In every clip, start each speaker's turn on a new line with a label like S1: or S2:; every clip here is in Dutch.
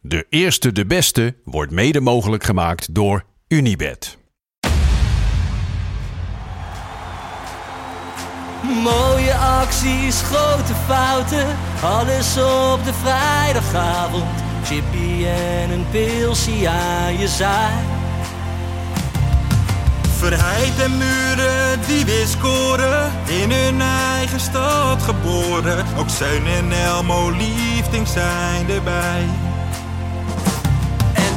S1: De eerste, de beste wordt mede mogelijk gemaakt door Unibed.
S2: Mooie acties, grote fouten, alles op de vrijdagavond. Chippy en een pilsie aan je zaai.
S3: Verheid en muren die weer scoren, in hun eigen stad geboren. Ook Zeun en Elmo liefding zijn erbij.
S2: En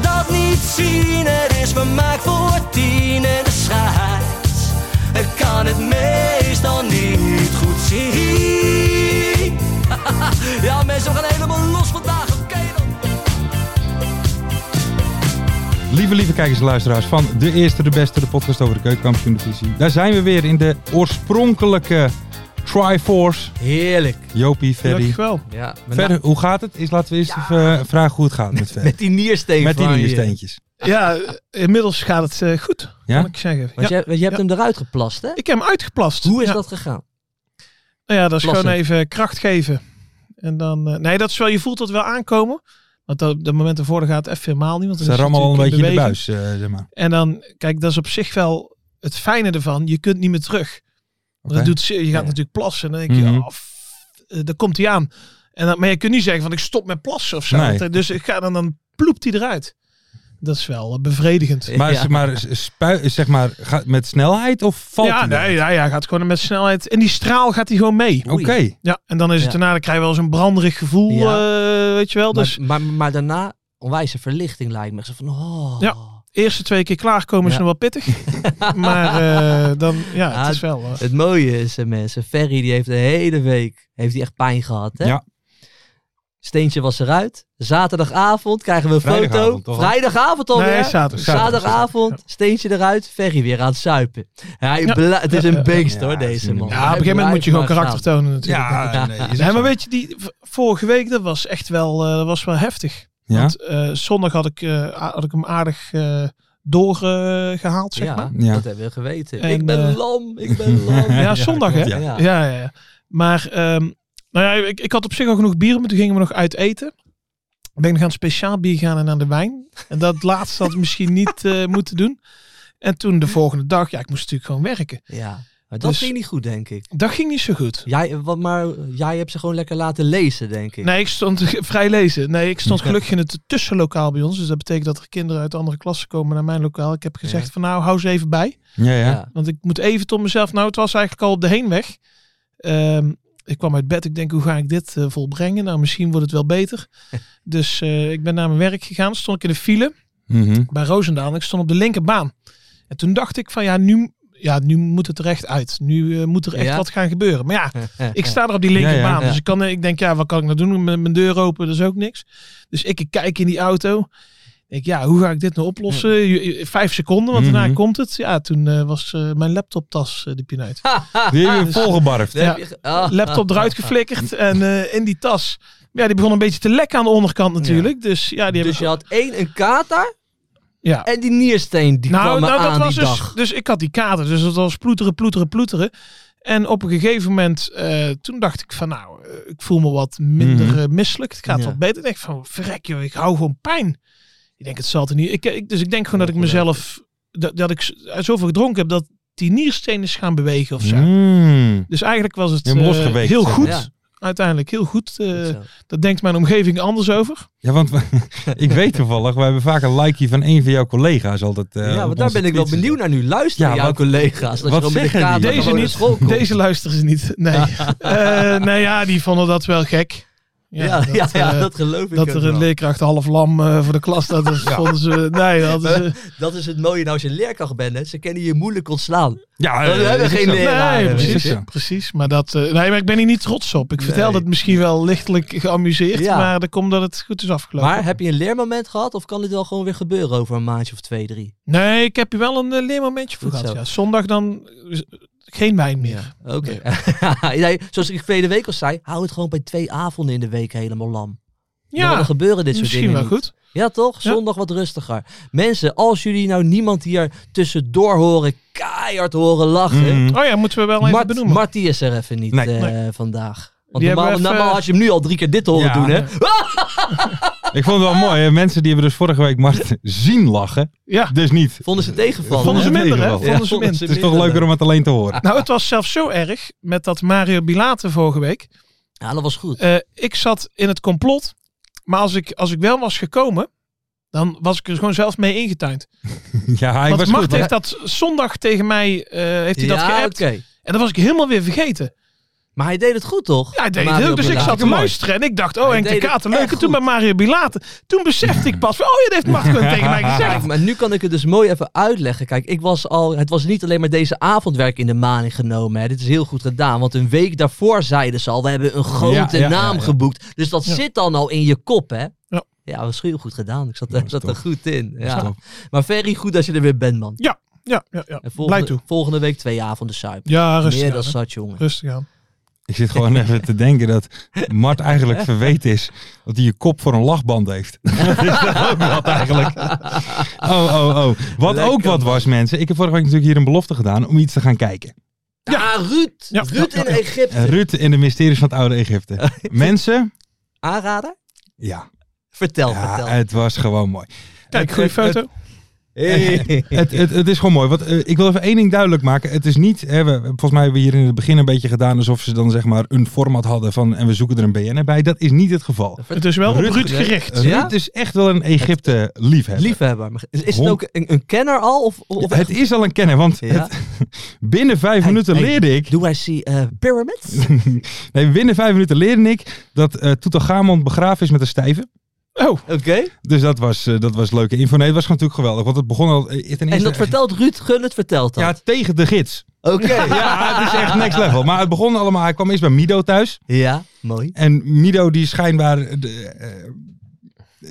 S2: dat niet zien? Het is vermaakt voor tien en de scheids. Ik kan het meestal niet goed zien. ja mensen, we gaan helemaal los vandaag, oké dan.
S4: Lieve, lieve kijkers en luisteraars van De Eerste, De Beste, de podcast over de keukenkampioen divisie. Daar zijn we weer in de oorspronkelijke Triforce.
S5: Heerlijk.
S4: Jopie, Ferry.
S6: Gelukkig wel.
S5: Ja, maar
S4: Verder,
S5: nou,
S4: hoe gaat het? Is, laten we eerst even eh, vragen hoe het gaat met Ferry.
S5: met die niersteen
S4: Met die
S5: van je.
S4: niersteentjes.
S6: Ja, eh, inmiddels gaat het eh, goed,
S4: Ja?
S6: kan ik zeggen.
S5: Want
S6: Ja,
S5: jij- je, hebt hem eruit geplast, hè?
S6: Ik heb hem uitgeplast.
S5: Hoe is
S6: ja.
S5: dat gegaan?
S6: Nou ja, dat is
S5: Plassen.
S6: gewoon even kracht geven. En dan, eh, nee, dat is wel, je voelt dat wel aankomen. Want dat, dat moment ervoor gaat het even helemaal niet. Want dan
S4: Ze
S6: is het
S4: rammen al dus een beetje in de
S6: natuurlijk
S4: buis, eh, zeg maar.
S6: beweging. En dan, kijk, dat is op zich wel het fijne ervan. Je kunt niet meer terug.
S4: Oké.
S6: Want Dat doet, ze- je gaat natuurlijk plassen. En dan denk je,
S4: Mhm.
S6: oh, f- eh, daar komt hij aan. En dan, maar je kunt niet zeggen van ik stop met plassen of zo.
S4: Nee.
S6: Want, eh, Dus ik ga dan, dan ploept hij eruit. Dat is wel eh, bevredigend.
S4: Maar,
S5: Ja.
S4: zeg maar, spu- zeg maar gaat met snelheid of valt
S6: ja,
S4: hij dan?
S6: nee, ja, ja, gaat gewoon met snelheid. En die straal gaat hij gewoon mee.
S4: Oké.
S6: Ja, en dan is het
S5: Ja.
S6: daarna, dan krijg je wel eens een branderig gevoel, eh, weet je wel. Dus
S5: maar, maar, maar daarna, onwijze verlichting lijkt me. Zo van, oh.
S6: Ja. eerste twee keer klaarkomen is
S5: Ja.
S6: nog wel pittig. maar eh, dan, ja, het is wel... eh,
S5: Het mooie is, eh, mensen, Ferry die heeft de hele week heeft die echt pijn gehad, hè?
S4: Ja.
S5: Steentje was eruit. Zaterdagavond krijgen we een foto.
S4: Vrijdagavond, toch?
S5: Vrijdagavond alweer.
S6: nee, zaterdag.
S5: Zaterdagavond, steentje eruit, Ferry weer aan het suipen. Hij
S6: Ja.
S5: bla- het is
S6: Ja,
S5: een
S6: ja.
S5: beest
S4: Ja,
S5: hoor,
S4: het is
S5: deze
S4: een-
S5: man.
S4: Ja,
S6: Ja, op een gegeven moment moet je gewoon karakter
S5: te
S6: tonen natuurlijk.
S4: Ja, nee. is
S6: Nee,
S4: het
S6: maar
S4: zo.
S6: weet je, die, v- vorige week, dat was echt wel, eh, dat was wel heftig.
S4: Ja?
S6: Want eh, zondag had ik, eh, a- had ik hem aardig eh, doorgehaald, zeg
S5: ja,
S6: maar.
S4: Ja.
S5: dat hebben we geweten.
S6: En,
S5: ik ben
S6: eh,
S5: lam, ik ben lam.
S6: Ja, zondag hè?
S5: Ja.
S4: Ja.
S5: Ja.
S6: Ja, ja, ja. Maar ehm, nou ja, ik, ik had op zich al genoeg bieren, maar toen gingen we nog uit eten. Dan ben ik nog aan het speciaal bier gaan en aan de wijn. En dat laatste had ik misschien niet eh, moeten doen. En toen de volgende dag, ja, ik moest natuurlijk gewoon werken.
S5: Maar dat
S6: Dus-
S5: ging niet goed, denk ik.
S6: Dat ging niet zo goed.
S5: Jij, eh, wat, maar jij hebt ze gewoon lekker laten lezen, denk ik.
S6: Nee, ik stond vrij lezen. Nee, ik stond gelukkig in het tussenlokaal bij ons. Dus dat betekent dat er kinderen uit andere klassen komen naar mijn lokaal. Ik heb gezegd
S5: Ja.
S6: van nou, hou ze even bij.
S4: Ja, ja.
S5: Ja.
S6: Want ik moet even tot mezelf. Nou, het was eigenlijk al op de heenweg. Ehm, ik kwam uit bed. Ik denk, hoe ga ik dit eh, volbrengen? Nou, misschien wordt het wel beter. dus eh, ik ben naar mijn werk gegaan. Stond ik in de file
S4: Mhm.
S6: bij Roosendaal. En ik stond op de linkerbaan. En toen dacht ik van ja, nu, ja, nu moet het er echt uit. Nu eh, moet er echt
S5: Ja.
S6: wat gaan gebeuren. Maar ja, ik sta er op die
S4: Ja, ja,
S6: linkerbaan.
S4: ja.
S6: Dus ik, kan, ik denk, ja, wat kan ik nou doen? Mijn, mijn deur open, dat is ook niks. Dus ik kijk in die auto. Ik, ja, hoe ga ik dit nou oplossen? Je- je- Vijf seconden, want daarna
S4: Mhm.
S6: komt het. Ja, toen eh, was eh, mijn laptoptas eh, de pineut.
S4: Die heb je volgebarfd.
S5: Daar heb je ge- Ah.
S6: Laptop eruit geflikkerd en eh, in die tas. Ja, die begon een beetje te lekken aan de onderkant natuurlijk. Dus ja, die
S5: Dus je
S6: hebben
S5: had één een kater
S6: ja.
S5: en die niersteen
S6: Nou,
S5: die kwam me aan die
S6: dus,
S5: dag.
S6: dus ik had die kater, dus dat was ploeteren, ploeteren, ploeteren. En op een gegeven moment, eh, toen dacht ik van nou, eh, ik voel me wat minder
S4: Mhm.
S6: eh, misselijk. Het gaat
S5: Ja.
S6: wat beter. Ik denk van, verrek joh, ik hou gewoon pijn. Ik denk, het zal er niet. Ik, ik, dus ik denk gewoon dat ik mezelf, dat, dat ik z- zoveel gedronken heb, dat die niersteen is gaan bewegen of zo.
S4: Mm.
S5: Mhm.
S6: Dus eigenlijk was het
S4: Je hebt hem
S6: eh,
S4: losgeweekt,
S6: heel
S4: zeg
S6: goed.
S5: maar. Ja.
S6: uiteindelijk heel goed. Eh,
S5: Zo.
S6: daar denkt mijn omgeving anders over.
S4: Ja, want we- ik weet toevallig, we hebben vaak een likeje van een van jouw collega's altijd. eh,
S5: ja,
S4: op
S5: want daar
S4: onze
S5: ben ik wel
S4: tweets.
S5: benieuwd naar nu. Luister
S4: Ja,
S5: naar jouw
S4: wat-
S5: collega's. Dat
S4: wat
S5: je dan met de
S4: zeggen die?
S5: camera
S4: Deze
S5: gewoon naar
S6: niet.
S5: school komt.
S6: Deze luisteren ze niet. Nee. Eh, nou ja, die vonden dat wel gek.
S5: Ja, ja,
S6: dat,
S5: ja, dat,
S6: eh,
S5: geloof ik
S6: dat
S5: ook
S6: er een
S5: wel.
S6: leerkracht half lam eh, voor de klas staat, dat vonden ze... Nee, dat is... eh,
S5: Dat is het mooie nou als je leerkracht bent. Hè. Ze kennen je moeilijk ontslaan.
S4: Ja,
S5: We
S4: eh,
S5: hebben
S4: is
S5: geen
S4: zo.
S5: leer- leraren,
S6: nee,
S5: weet
S4: je.
S6: precies.
S4: Ja.
S6: precies maar, dat, eh, nee, maar ik ben hier niet trots op. Ik vertel
S5: Nee.
S6: dat misschien wel lichtelijk geamuseerd,
S5: Ja.
S6: maar dat komt dat het goed is afgelopen.
S5: Maar heb je een leermoment gehad? Of kan dit wel gewoon weer gebeuren over een maandje of twee, drie?
S6: Nee, ik heb hier wel een eh, leermomentje voor
S5: Goed
S6: gehad.
S5: zo.
S6: Ja. Zondag dan eh, geen wijn meer.
S5: Oké. Nee, Zoals ik verleden week al zei, hou het gewoon bij twee avonden in de week helemaal lam. Nou,
S6: Ja,
S5: Dan gebeuren dit soort
S6: misschien
S5: dingen
S6: wel
S5: niet.
S6: goed.
S5: Ja, toch?
S6: Ja.
S5: Zondag wat rustiger. Mensen, als jullie nou niemand hier tussendoor horen, keihard horen lachen.
S4: Mm.
S6: Oh ja, moeten we wel even
S5: Mart,
S6: benoemen.
S5: Mart die is er even niet
S4: Nee.
S5: eh,
S6: Nee.
S5: vandaag. Want
S6: Die
S5: normaal,
S6: hebben we even-
S5: normaal had je hem nu al drie keer dit te horen
S4: Ja.
S5: doen, hè?
S4: Ik vond het wel mooi. Hè? Mensen die hebben dus vorige week Mart zien lachen.
S6: ja.
S4: Dus niet.
S5: Vonden ze tegenvallen.
S6: Vonden ze
S4: Ja,
S6: minder, hè?
S4: tegenvallen.
S6: Vonden ze
S5: Ja,
S6: minder.
S4: Het is toch leuker om het alleen te horen.
S6: Nou, het was zelfs zo erg met dat Mario Bilate vorige week.
S5: Ja, dat was goed.
S6: Eh, ik zat in het complot, maar als ik, als ik wel was gekomen, dan was ik er gewoon zelf mee ingetuind.
S4: Ja, hij
S6: Want
S4: Ah, was
S6: Mart
S4: goed. hè?
S6: heeft dat zondag tegen mij eh, heeft hij
S5: ja,
S6: dat geappt.
S5: oké.
S6: En dat was ik helemaal weer vergeten.
S5: Maar hij deed het goed, toch?
S6: Ja, hij deed
S5: Mario
S6: heel, dus ik
S5: Belaat.
S6: zat te luisteren en ik dacht, oh,
S5: Hij
S6: Henk de
S5: deed het
S6: Kater,
S5: echt
S6: leuk. En toen bij
S5: goed.
S6: Mario Bilate, toen besefte ik pas, van, oh, je heeft Mart gewoon tegen mij gezegd.
S5: Kijk, maar nu kan ik het dus mooi even uitleggen. Kijk, ik was al, het was niet alleen maar deze avondwerk in de maning genomen. Hè. Dit is heel goed gedaan. Want een week daarvoor zeiden ze al, we hebben een grote
S4: Ja, ja, ja,
S5: naam
S4: ja.
S5: geboekt. Dus dat
S6: Ja.
S5: zit dan al in je kop, hè?
S6: Ja.
S5: Ja, dat was heel goed gedaan. Ik zat, er- zat er
S4: top.
S5: goed in. Ja.
S4: top.
S5: Maar Ferry, goed dat je er weer bent, man.
S6: Ja, ja, ja.
S5: En
S6: Blij
S5: volgende,
S6: toe.
S5: volgende week twee avonden suipen.
S6: Ja,
S5: Meer
S6: rustig
S5: dan
S6: aan. hè.
S5: zat, jongen.
S6: Rustig aan.
S4: Ik zit gewoon even te denken dat Mart eigenlijk verweten is dat hij je kop voor een lachband heeft. dat is toch ook wat eigenlijk. Oh, oh, oh. Wat
S5: Lekker,
S4: ook wat
S5: man.
S4: was, mensen. Ik heb vorige week natuurlijk hier een belofte gedaan om iets te gaan kijken. Eh,
S5: Ja, Ruud.
S6: Ja,
S5: Ruud
S6: ja,
S5: in
S6: ja.
S5: Egypte.
S4: Ruud in de mysteries van het oude Egypte. Mensen,
S5: Aanrader?
S4: ja,
S5: Vertel,
S4: ja
S5: Oh, vertel.
S4: het was gewoon mooi.
S6: Kijk,
S4: Het-
S6: goede
S4: het-
S6: foto.
S5: Hey.
S4: Het, het, het is gewoon mooi. Want, eh, ik wil even één ding duidelijk maken. Het is niet, hè, we, volgens mij hebben we hier in het begin een beetje gedaan alsof ze dan zeg maar een format hadden van en we zoeken er een BN'er bij. Dat is niet het geval.
S6: Het is wel op
S4: Ruud-
S6: Ruud gericht.
S4: Ruud
S5: Ja?
S4: is echt wel een Egypte liefhebber.
S5: Liefhebber. Maar Is, is het
S4: Hond-
S5: ook een, een kenner al? Of, of
S4: het is al een kenner, want
S5: Ja.
S4: het- binnen vijf
S5: Hey,
S4: minuten
S5: hey,
S4: leerde ik.
S5: Do I see eh pyramids?
S4: Nee, binnen vijf minuten leerde ik dat eh Toetanchamon begraven is met een stijve.
S6: Oh,
S5: Oké.
S4: Dus dat was, eh, dat was leuke info. Nee, het was gewoon natuurlijk geweldig. Want het begon al. eh, ten
S5: En
S4: eerste-
S5: dat vertelt Ruud Gun, het vertelt dat.
S4: Ja, tegen de gids.
S5: Oké.
S4: Ja, het is echt next level. Maar het begon allemaal. Hij kwam eerst bij Mido thuis.
S5: ja, mooi.
S4: En Mido die schijnbaar... De, eh,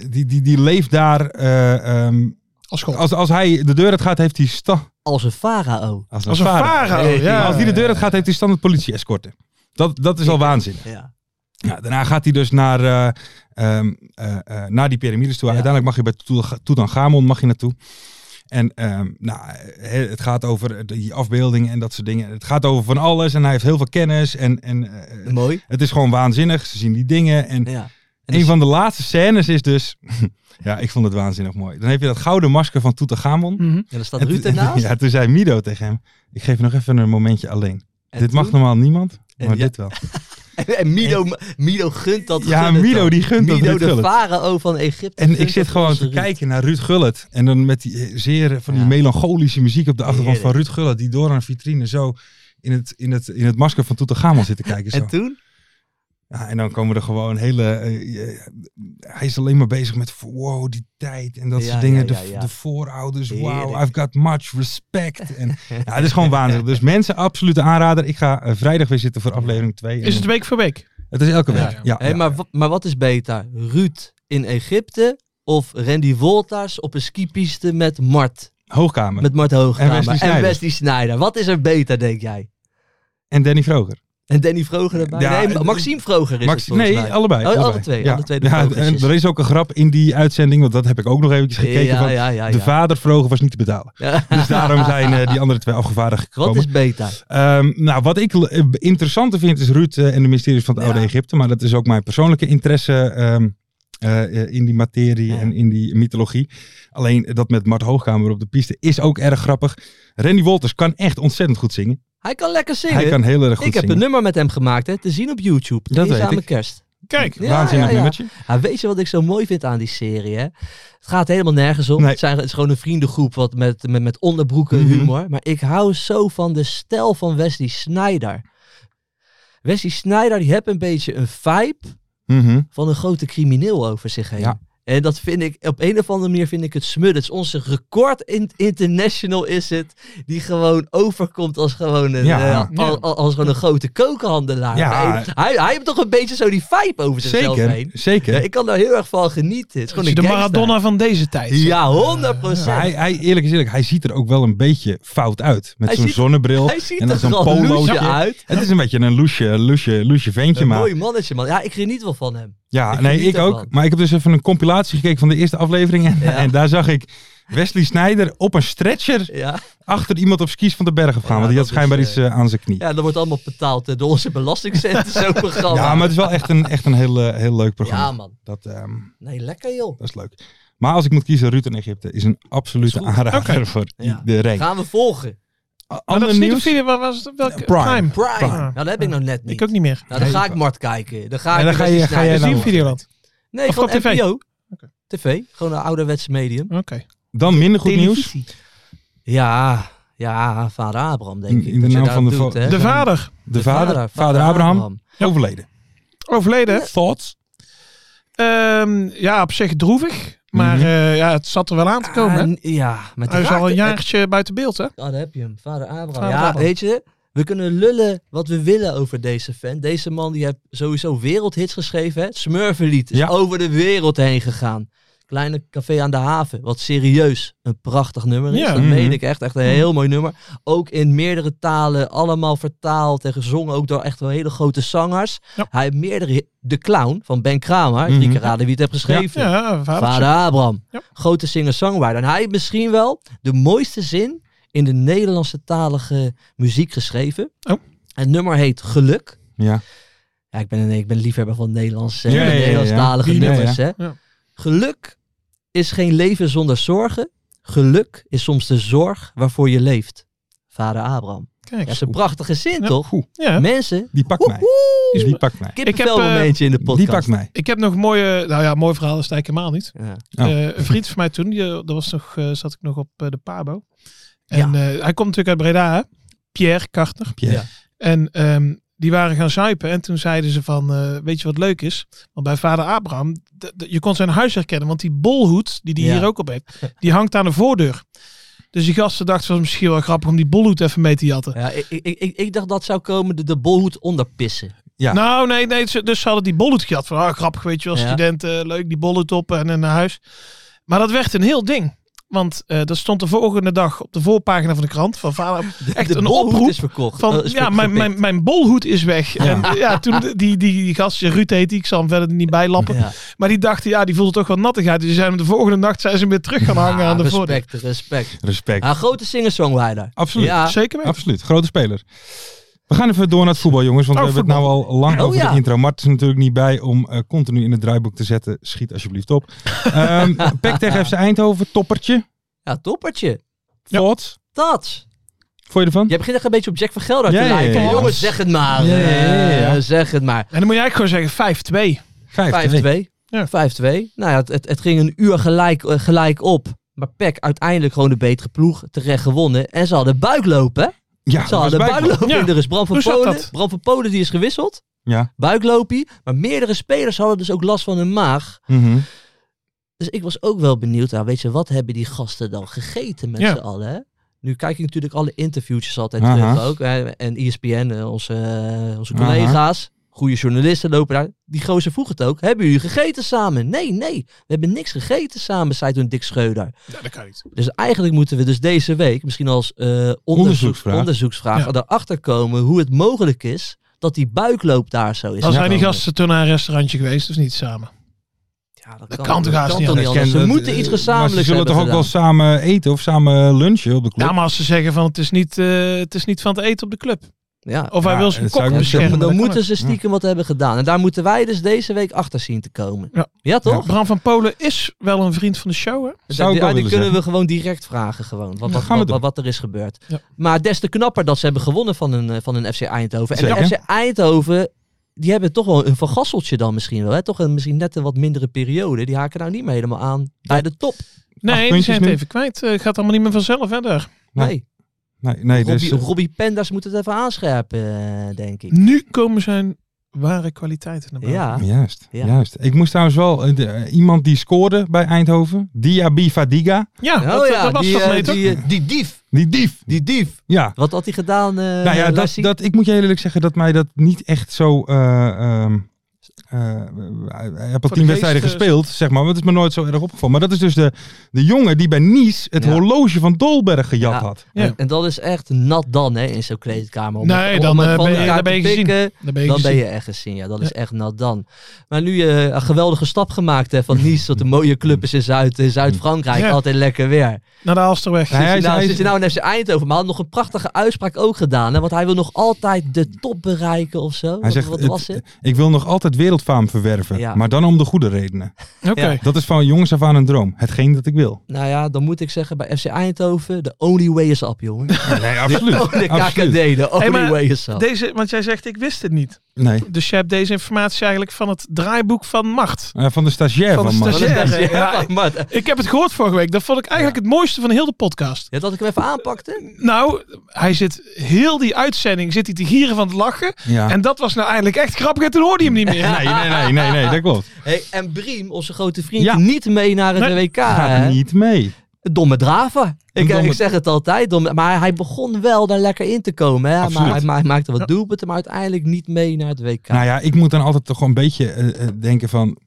S4: die, die, die leeft daar... eh, ehm,
S6: als
S5: Oh,
S6: god.
S4: als, als hij de deur uit gaat, heeft hij... Sta-
S5: Als een farao.
S6: Als een farao.
S5: Nee,
S6: ja.
S4: Als die de deur uit gaat, heeft hij standaard politie-escorten. Dat, dat is al waanzinnig.
S5: Ja.
S4: Ja, daarna gaat hij dus naar, eh, ehm, eh, eh, naar die piramides toe.
S5: Ja.
S4: Uiteindelijk mag je bij Toetan- Toetanchamon mag je naartoe. En ehm, nou, hè, het gaat over die afbeeldingen en dat soort dingen. Het gaat over van alles en hij heeft heel veel kennis. En, en eh,
S5: Mooi.
S4: het is gewoon waanzinnig. Ze zien die dingen en
S5: Ja. En
S4: een
S5: dus-
S4: van de laatste scènes is dus... ja, ik vond het waanzinnig mooi. Dan heb je dat gouden masker van Toetanchamon.
S6: Mhm.
S5: En dan staat
S4: En
S5: Ruud
S4: toen-
S5: ernaast.
S4: Ja, toen zei Mido tegen hem... Ik geef je nog even een momentje alleen.
S5: En
S4: dit mag
S5: toen-
S4: normaal niemand,
S5: En
S4: maar
S5: ja.
S4: dit wel.
S5: En Mido, Mido gunt dat.
S4: Ja,
S5: Gun het
S4: Mido
S5: dan.
S4: die gunt dat
S5: Mido
S4: Ruud
S5: de
S4: Gullit.
S5: farao van Egypte.
S4: En
S5: gunt
S4: ik zit
S5: dat
S4: gewoon
S5: onze
S4: te
S5: Ruud.
S4: kijken naar Ruud Gullit. En dan met die eh, zeer van die
S5: Ja.
S4: melancholische muziek op de achtergrond van
S5: Heerlijk.
S4: Ruud Gullit. Die door een vitrine zo in het, in het, in het masker van Toetanchamon zit te kijken. Zo.
S5: En toen?
S4: Ja, en dan komen er gewoon hele. eh, eh, hij is alleen maar bezig met. Wow, die tijd en dat
S5: Ja,
S4: soort dingen.
S5: ja, ja,
S4: de,
S5: ja.
S4: de voorouders. Wow,
S5: Heerlijk.
S4: I've got much respect. En, ja, het is gewoon waanzinnig. Dus mensen, absolute aanrader. Ik ga eh, vrijdag weer zitten voor aflevering 2.
S6: Is het week voor week?
S4: het is elke week.
S6: Ja,
S4: Ja,
S6: ja.
S5: Hey,
S4: ja.
S5: maar, wa- maar wat is beter? Ruud in Egypte of Randy Wolters op een skipiste met Mart?
S4: Hoogkamer.
S5: Met Mart Hoogkamer.
S4: En Wesley Sneijder.
S5: Wesley Sneijder. Wat is er beter, denk jij?
S4: En Danny Vroger.
S5: En Danny Vroger erbij?
S4: Ja,
S5: nee, Ma- Maxime Vroger is
S4: Max-
S5: het volgens
S4: nee,
S5: mij.
S4: allebei.
S5: Oh, alle
S4: allebei.
S5: twee,
S4: Ja.
S5: alle twee de
S4: Ja,
S5: Vrogertjes.
S4: en er is ook een grap in die uitzending. Want dat heb ik ook nog eventjes gekeken.
S5: ja,
S4: van,
S5: ja, ja,
S4: De
S5: ja.
S4: vader Vroger was niet te betalen.
S5: Ja.
S4: Dus daarom zijn eh, die andere twee afgevaardigd gekomen.
S5: Wat is beter?
S4: Ehm, nou, wat ik l- eh, interessanter vind is Ruud eh, en de mysteries van het Oude Egypte. Maar dat is ook mijn persoonlijke interesse ehm, eh, eh, in die materie
S5: Ja.
S4: en in die mythologie. Alleen eh, dat met Mart Hoogkamer op de piste is ook erg grappig. Randy Wolters kan echt ontzettend goed zingen.
S5: Hij Hij kan lekker zingen.
S4: Hij kan heel erg goed
S5: ik heb
S4: zingen.
S5: een nummer met hem gemaakt, hè, te zien op YouTube.
S4: Dat weet
S5: Eenzame
S4: ik.
S5: kerst.
S6: Kijk,
S5: Ja,
S4: Waanzinnig
S5: ja, ja.
S4: nummertje.
S5: Ja, weet je wat ik zo mooi vind aan die serie? Hè? Het gaat helemaal nergens om.
S4: Nee.
S5: Het, zijn, het is gewoon een vriendengroep wat met, met, met onderbroeken
S4: Mhm.
S5: humor. Maar ik hou zo van de stijl van Wesley Snyder. Wesley Snyder die heeft een beetje een vibe
S4: Mhm.
S5: van een grote crimineel over zich heen.
S4: Ja.
S5: En dat vind ik, op een of andere manier vind ik het smut. Het is onze record in- international is het, die gewoon overkomt als gewoon een,
S4: Ja.
S5: eh, al-
S6: Ja.
S5: al- als, gewoon een grote kokenhandelaar.
S4: Ja.
S5: Hij, hij, hij heeft toch een beetje zo die vibe over zichzelf
S4: Zeker,
S5: heen.
S4: zeker.
S5: Ja, ik kan daar heel erg van genieten. Het is
S6: het
S5: gewoon
S6: is
S5: een
S6: de
S5: gangster.
S6: Maradona van deze tijd. zeg.
S5: Ja, 100
S4: Maar
S5: procent.
S4: hij, hij, eerlijk is eerlijk, hij ziet er ook wel een beetje fout uit. Met
S5: Hij
S4: zo'n
S5: ziet-
S4: zonnebril
S5: hij ziet
S4: en dan
S5: er
S4: zo'n
S5: gewoon loesje
S4: polootje.
S5: uit.
S4: Het is een beetje een loesje, loesje, loesje ventje,
S5: Een
S4: maar...
S5: mooi mannetje, man. Ja, ik geniet wel van hem.
S4: Ja,
S5: Ik
S4: nee,
S5: geniet
S4: ik ook.
S5: ervan.
S4: Maar ik heb dus even een compilatie gekeken van de eerste aflevering. En,
S5: Ja.
S4: en daar zag ik Wesley Snyder op een stretcher
S5: Ja.
S4: achter iemand op skis van de berg op gaan.
S5: Ja,
S4: want die
S5: dat
S4: had
S5: is,
S4: schijnbaar
S5: eh,
S4: iets eh, aan zijn knie. Ja,
S5: ja, dat wordt allemaal betaald eh, door onze belastingcenten, zo'n programma.
S4: maar het is wel echt een, echt een heel, eh, heel leuk programma.
S5: Ja, man.
S4: Dat, ehm,
S5: Nee, lekker joh.
S4: dat is leuk. Maar als ik moet kiezen, Ruud in Egypte is een absolute aanrader voor
S5: Ja.
S4: iedereen.
S5: Gaan we volgen.
S6: Maar dat
S4: Ander
S6: is niet op
S4: nieuws?
S6: video, waar was het? Welke?
S4: Prime.
S5: Prime.
S6: Prime.
S5: Nou, dat heb ik nou net niet.
S6: Ik ook niet meer.
S5: Nou, dan ga ik Mart kijken. Dan ga
S4: En
S5: ik
S4: dan ga je-
S5: Wesley
S4: ga jij
S5: Snyder
S6: Zie
S4: nou-
S6: je
S5: zien.
S6: op Videoland?
S5: Nee,
S6: Of
S5: gewoon
S6: op TV?
S5: NPO.
S6: Oké.
S5: TV. Gewoon een ouderwetse medium.
S6: Oké.
S4: Dan minder goed nieuws.
S5: Televisie. Ja, ja, vader Abraham denk ik.
S4: In de
S5: dat je
S4: naam
S5: daar
S4: van de
S5: doet,
S4: vo-
S5: hè.
S6: De vader.
S4: De vader, vader Abraham, overleden.
S6: Overleden. hè?
S4: Thoughts?
S6: Ehm, ja, op zich droevig. Maar
S4: Mhm.
S6: eh, ja, het zat er wel aan te komen. hè?
S5: Ah, ja, met
S6: Hij is al een jaartje buiten beeld, hè?
S5: Ah, daar heb je hem. Vader Abraham.
S6: Vader
S5: ja,
S6: Abraham.
S5: weet je, we kunnen lullen wat we willen over deze fan. Deze man die heeft sowieso wereldhits geschreven. Hè? Het Smurfenlied is
S4: Ja.
S5: over de wereld heen gegaan. Kleine café aan de haven, wat serieus een prachtig nummer is.
S6: Ja.
S5: dat
S4: Mhm.
S5: meen ik echt, echt een heel mooi nummer. Ook in meerdere talen, allemaal vertaald en gezongen, ook door echt wel hele grote zangers.
S6: Ja.
S5: Hij heeft meerdere, hi- De Clown van Ben Kramer, drie
S4: Mhm.
S5: keer raden wie het heeft geschreven.
S6: Ja, vader.
S5: Vader Abraham.
S6: Ja.
S5: Grote singer-songwriter. En hij heeft misschien wel de mooiste zin in de Nederlandse talige muziek geschreven.
S6: Oh.
S5: Het nummer heet Geluk.
S4: Ja.
S5: Ja, ik ben, een- ik ben liefhebber van Nederlandse,
S4: Ja, ja, ja, ja.
S5: Nederlandstalige
S4: Ja, ja.
S5: nummers. Hè?
S6: Ja.
S5: Geluk is geen leven zonder zorgen. Geluk is soms de zorg waarvoor je leeft. Vader Abraham.
S6: Kijk.
S5: Ja, dat is een prachtige zin,
S6: Ja.
S5: toch?
S6: Ja.
S5: Mensen,
S4: Die pakt mij. Die pakt mij.
S5: kippenvel
S6: Ik heb, eh,
S5: momentje in de
S4: Die pakt
S5: podcast.
S4: mij.
S6: Ik heb nog mooie, nou ja, mooi verhaal is het eigenlijk helemaal niet.
S5: Ja.
S4: Oh.
S6: Eh, een vriend van mij toen, die, eh, dat was nog, eh, zat ik nog op eh, de Pabo. En eh, hij komt natuurlijk uit Breda, hè? Pierre Kartner.
S4: Pierre.
S5: Ja.
S6: En ehm, die waren gaan zuipen en toen zeiden ze van, eh, weet je wat leuk is? Want bij vader Abraham, d- d- je kon zijn huis herkennen, want die bolhoed, die die
S5: Ja.
S6: hier ook op heeft, die hangt aan de voordeur. Dus die gasten dachten, het was misschien wel grappig om die bolhoed even mee te jatten.
S5: Ja, ik, ik, ik, ik dacht dat zou komen de, de bolhoed onderpissen.
S4: Ja.
S6: Nou, nee, nee, ze- dus ze hadden die bollet gehad. Van, ah, grappig, weet je wel,
S5: Ja.
S6: studenten, eh, leuk, die bollet op en en naar huis. Maar dat werd een heel ding. Want eh, dat stond de volgende dag op de voorpagina van de krant. Van vader, echt
S5: de
S6: een
S5: bolhoed
S6: oproep.
S5: is verkocht.
S6: Van,
S5: Eh, is
S6: ja,
S5: ver-
S6: mijn,
S5: verpikt.
S6: mijn, mijn bolhoed is weg. En eh, ja, toen de- die, die, die gastje Ruud heet die, ik zal hem verder niet bijlappen.
S5: Ja.
S6: Maar die dachten, ja, die voelde toch wel nattig uit. Dus die zijn hem de volgende nacht zijn ze hem weer terug gaan hangen
S5: Ah,
S6: aan de voordeur.
S5: respect, respect.
S4: Respect.
S5: Een grote singer-songwriter.
S4: Absoluut.
S5: Ja.
S6: Zeker weten.
S4: Absoluut, grote speler. We gaan even door naar het voetbal, jongens. Want
S6: Oh,
S4: we hebben het nou al lang
S5: Oh,
S4: over
S5: ja.
S4: de intro. Mart is er natuurlijk niet bij om eh, continu in het draaiboek te zetten. Schiet alsjeblieft op. Ehm Pek tegen FC Eindhoven, toppertje.
S5: Ja, toppertje.
S4: Thoughts?
S5: Dat.
S4: Vond je ervan?
S5: Jij begint echt een beetje op Jack van Gelder
S4: Ja,
S5: te
S4: ja, ja,
S5: lijken.
S4: ja.
S5: Jongens, zeg het maar.
S4: Ja, ja, ja, ja.
S5: Eh, zeg het maar.
S6: En dan moet je eigenlijk gewoon
S4: 5-2.
S6: zeggen 5-2.
S5: 5-2.
S6: Ja.
S5: 5-2. Nou ja, het, het, het ging een uur gelijk, eh, gelijk op. Maar Peck uiteindelijk gewoon de betere ploeg terecht gewonnen. En ze hadden buiklopen. hè?
S4: Ja,
S5: Ze
S4: dat was
S5: hadden
S4: bijna.
S5: buiklopen
S6: Ja.
S5: in de rust. Bram van
S6: Hoe zat
S5: Polen.
S6: dat?
S5: Bram van Polen die is gewisseld.
S4: Ja.
S5: Buikloopie. Maar meerdere spelers hadden dus ook last van hun maag.
S4: Mhm.
S5: Dus ik was ook wel benieuwd, nou, weet je, wat hebben die gasten dan gegeten met
S6: Ja.
S5: z'n allen? hè? Nu kijk ik natuurlijk alle interviewtjes altijd
S4: Aha.
S5: terug ook. hè, En ESPN, eh, onze, eh, onze
S4: Aha.
S5: collega's, goede journalisten lopen daar. Die gozer vroeg het ook, hebben jullie gegeten samen? Nee, nee, we hebben niks gegeten samen, zei toen Dick Scheuder.
S6: Ja, dat kan niet.
S5: Dus eigenlijk moeten we dus deze week misschien als eh, onderzoeksvraag,
S4: Onderzoeksvraag.
S5: onderzoeksvraag
S6: Ja.
S5: erachter komen hoe het mogelijk is dat die buikloop daar zo is.
S6: Dan zijn die
S5: gekomen.
S6: gasten toen naar een restaurantje geweest, dus niet samen.
S5: Ja, dat,
S6: kan toch haast niet anders?
S5: anders. Ze
S4: Ken-
S5: moeten iets
S4: eh,
S5: gezamenlijks
S4: Maar ze zullen
S5: hebben
S4: toch ook wel
S5: gedaan. Nou,
S4: samen eten of samen lunchen op de club?
S6: Ja, maar als ze zeggen van het is niet, eh, het is niet van het eten op de club.
S5: Ja.
S6: Of hij
S4: Ja,
S6: wil zijn
S4: dat
S6: kop
S4: zou ik niet
S5: Ja,
S4: zeggen.
S6: beschermen.
S5: dan
S6: dat kan
S5: moeten ze stiekem wat hebben gedaan. En daar moeten wij dus deze week achter zien te komen.
S6: Ja.
S5: toch?
S6: ook. Bram van Polen is wel een vriend van de show, hè?
S4: Zou ik
S5: ja,
S4: wel
S5: die
S4: willen
S5: kunnen
S4: zeggen.
S5: we gewoon direct vragen, gewoon, wat,
S4: Ja,
S5: wat,
S4: gaan we
S5: wat,
S4: doen.
S5: wat, wat er is gebeurd.
S6: Ja.
S5: Maar des te knapper dat ze hebben gewonnen van een, eh, van een FC Eindhoven. En de
S4: Zeker.
S5: FC Eindhoven, die hebben toch wel een vergasseltje dan misschien wel. Hè? Toch een misschien net een wat mindere periode. Die haken nou niet meer helemaal aan bij de top.
S6: Nee, die
S4: puntjes
S6: zijn het
S4: nu.
S6: even kwijt. Eh, gaat allemaal niet meer vanzelf, hè, daar.
S4: Nee,
S5: Nee,
S4: Nee, nee
S5: Robbie,
S4: dus, eh,
S5: Robbie Penders moet het even aanscherpen, eh, denk ik.
S6: Nu komen zijn ware kwaliteiten naar boven.
S5: Ja,
S4: Juist,
S5: Ja.
S4: juist. Ik moest trouwens wel eh, de- eh, iemand die scoorde bij Eindhoven, Diaby Fadiga,
S6: Ja,
S5: Oh
S6: dat,
S5: ja,
S6: dat was
S5: die,
S6: dat
S5: eh,
S6: mee, toch?
S5: die, eh, die dief,
S4: die dief.
S5: die dief.
S4: Ja.
S5: Wat had hij gedaan, eh
S4: Nou ja, dat,
S5: Lassie?
S4: dat, ik moet je heel eerlijk zeggen dat mij dat niet echt zo... eh ehm eh, ik heb al
S6: Voor de
S4: tien wedstrijden
S6: geest, eh,
S4: gespeeld, zeg maar. Want het is me nooit zo erg opgevallen. Maar dat is dus de, de jongen die bij Nice het
S5: Ja.
S4: horloge van Dolberg gejat
S5: Ja.
S4: had.
S6: Ja.
S5: En, en dat is echt nat dan, hè, in zo'n kleedkamer.
S6: Nee, dan, eh,
S5: van
S6: ben je-
S5: elkaar
S6: dan ben je
S5: te
S6: gezien.
S5: pikken.
S6: Daar ben je
S5: Dan ben
S6: gezien.
S5: je echt gezien, ja. Dat is echt nat dan. Maar nu eh, een geweldige stap gemaakt hè, van Nice, dat een mooie club is in Zuid- in Zuid-Frankrijk.
S6: Ja.
S5: Altijd lekker weer.
S6: Naar de Alsterweg.
S4: Ja, hij
S5: Zit
S4: is-
S5: je nou,
S4: hij is-
S5: zit je nou in FC Eindhoven, maar hij had nog een prachtige uitspraak ook gedaan. Hè, want hij wil nog altijd de top bereiken of zo.
S4: Hij
S5: Wat,
S4: zegt,
S5: wat
S4: het-
S5: was het?
S4: ik wil nog altijd wereldfaam verwerven,
S5: Ja.
S4: maar dan om de goede redenen.
S6: Oké.
S5: Ja.
S4: Dat is van jongens af aan een droom. Hetgeen dat ik wil.
S5: Nou ja, dan moet ik zeggen, bij FC Eindhoven, the only way is up, jongen.
S4: Nee, absoluut.
S5: Oh, de
S4: absoluut.
S5: KKD, the only
S6: Hey, maar
S5: way is up.
S6: Deze, want jij zegt, ik wist het niet.
S4: Nee,
S6: Dus je hebt deze informatie eigenlijk van het draaiboek van Macht.
S4: Eh, van de stagiair
S6: Van
S4: van,
S6: de
S4: Max.
S6: stagiair.
S5: Ja,
S6: zeggen, ja.
S5: maar-
S6: Ik heb het gehoord vorige week. Dat vond ik eigenlijk het mooiste van heel de podcast.
S5: Ja, dat ik hem even aanpakte?
S6: Nou, hij zit heel die uitzending zit hij te gieren van het lachen.
S4: Ja.
S6: En dat was nou eigenlijk echt grappig. En toen hoorde je hem niet meer.
S4: Nee, nee, nee, nee, nee, dat klopt.
S5: Hey, en Briem, onze grote vriend,
S4: Ja.
S5: niet mee naar het
S6: Nee.
S5: WK.
S4: Gaat
S5: hè?
S4: niet mee.
S5: Domme draver. Ik, eh,
S4: domme-
S5: ik zeg het altijd, domme, maar hij begon wel daar lekker in te komen. Hè? Maar
S4: Absoluut.
S5: hij, ma- hij maakte wat doelpunten, maar uiteindelijk niet mee naar het WK.
S4: Nou ja, ik moet dan altijd toch gewoon een beetje eh, eh, denken van...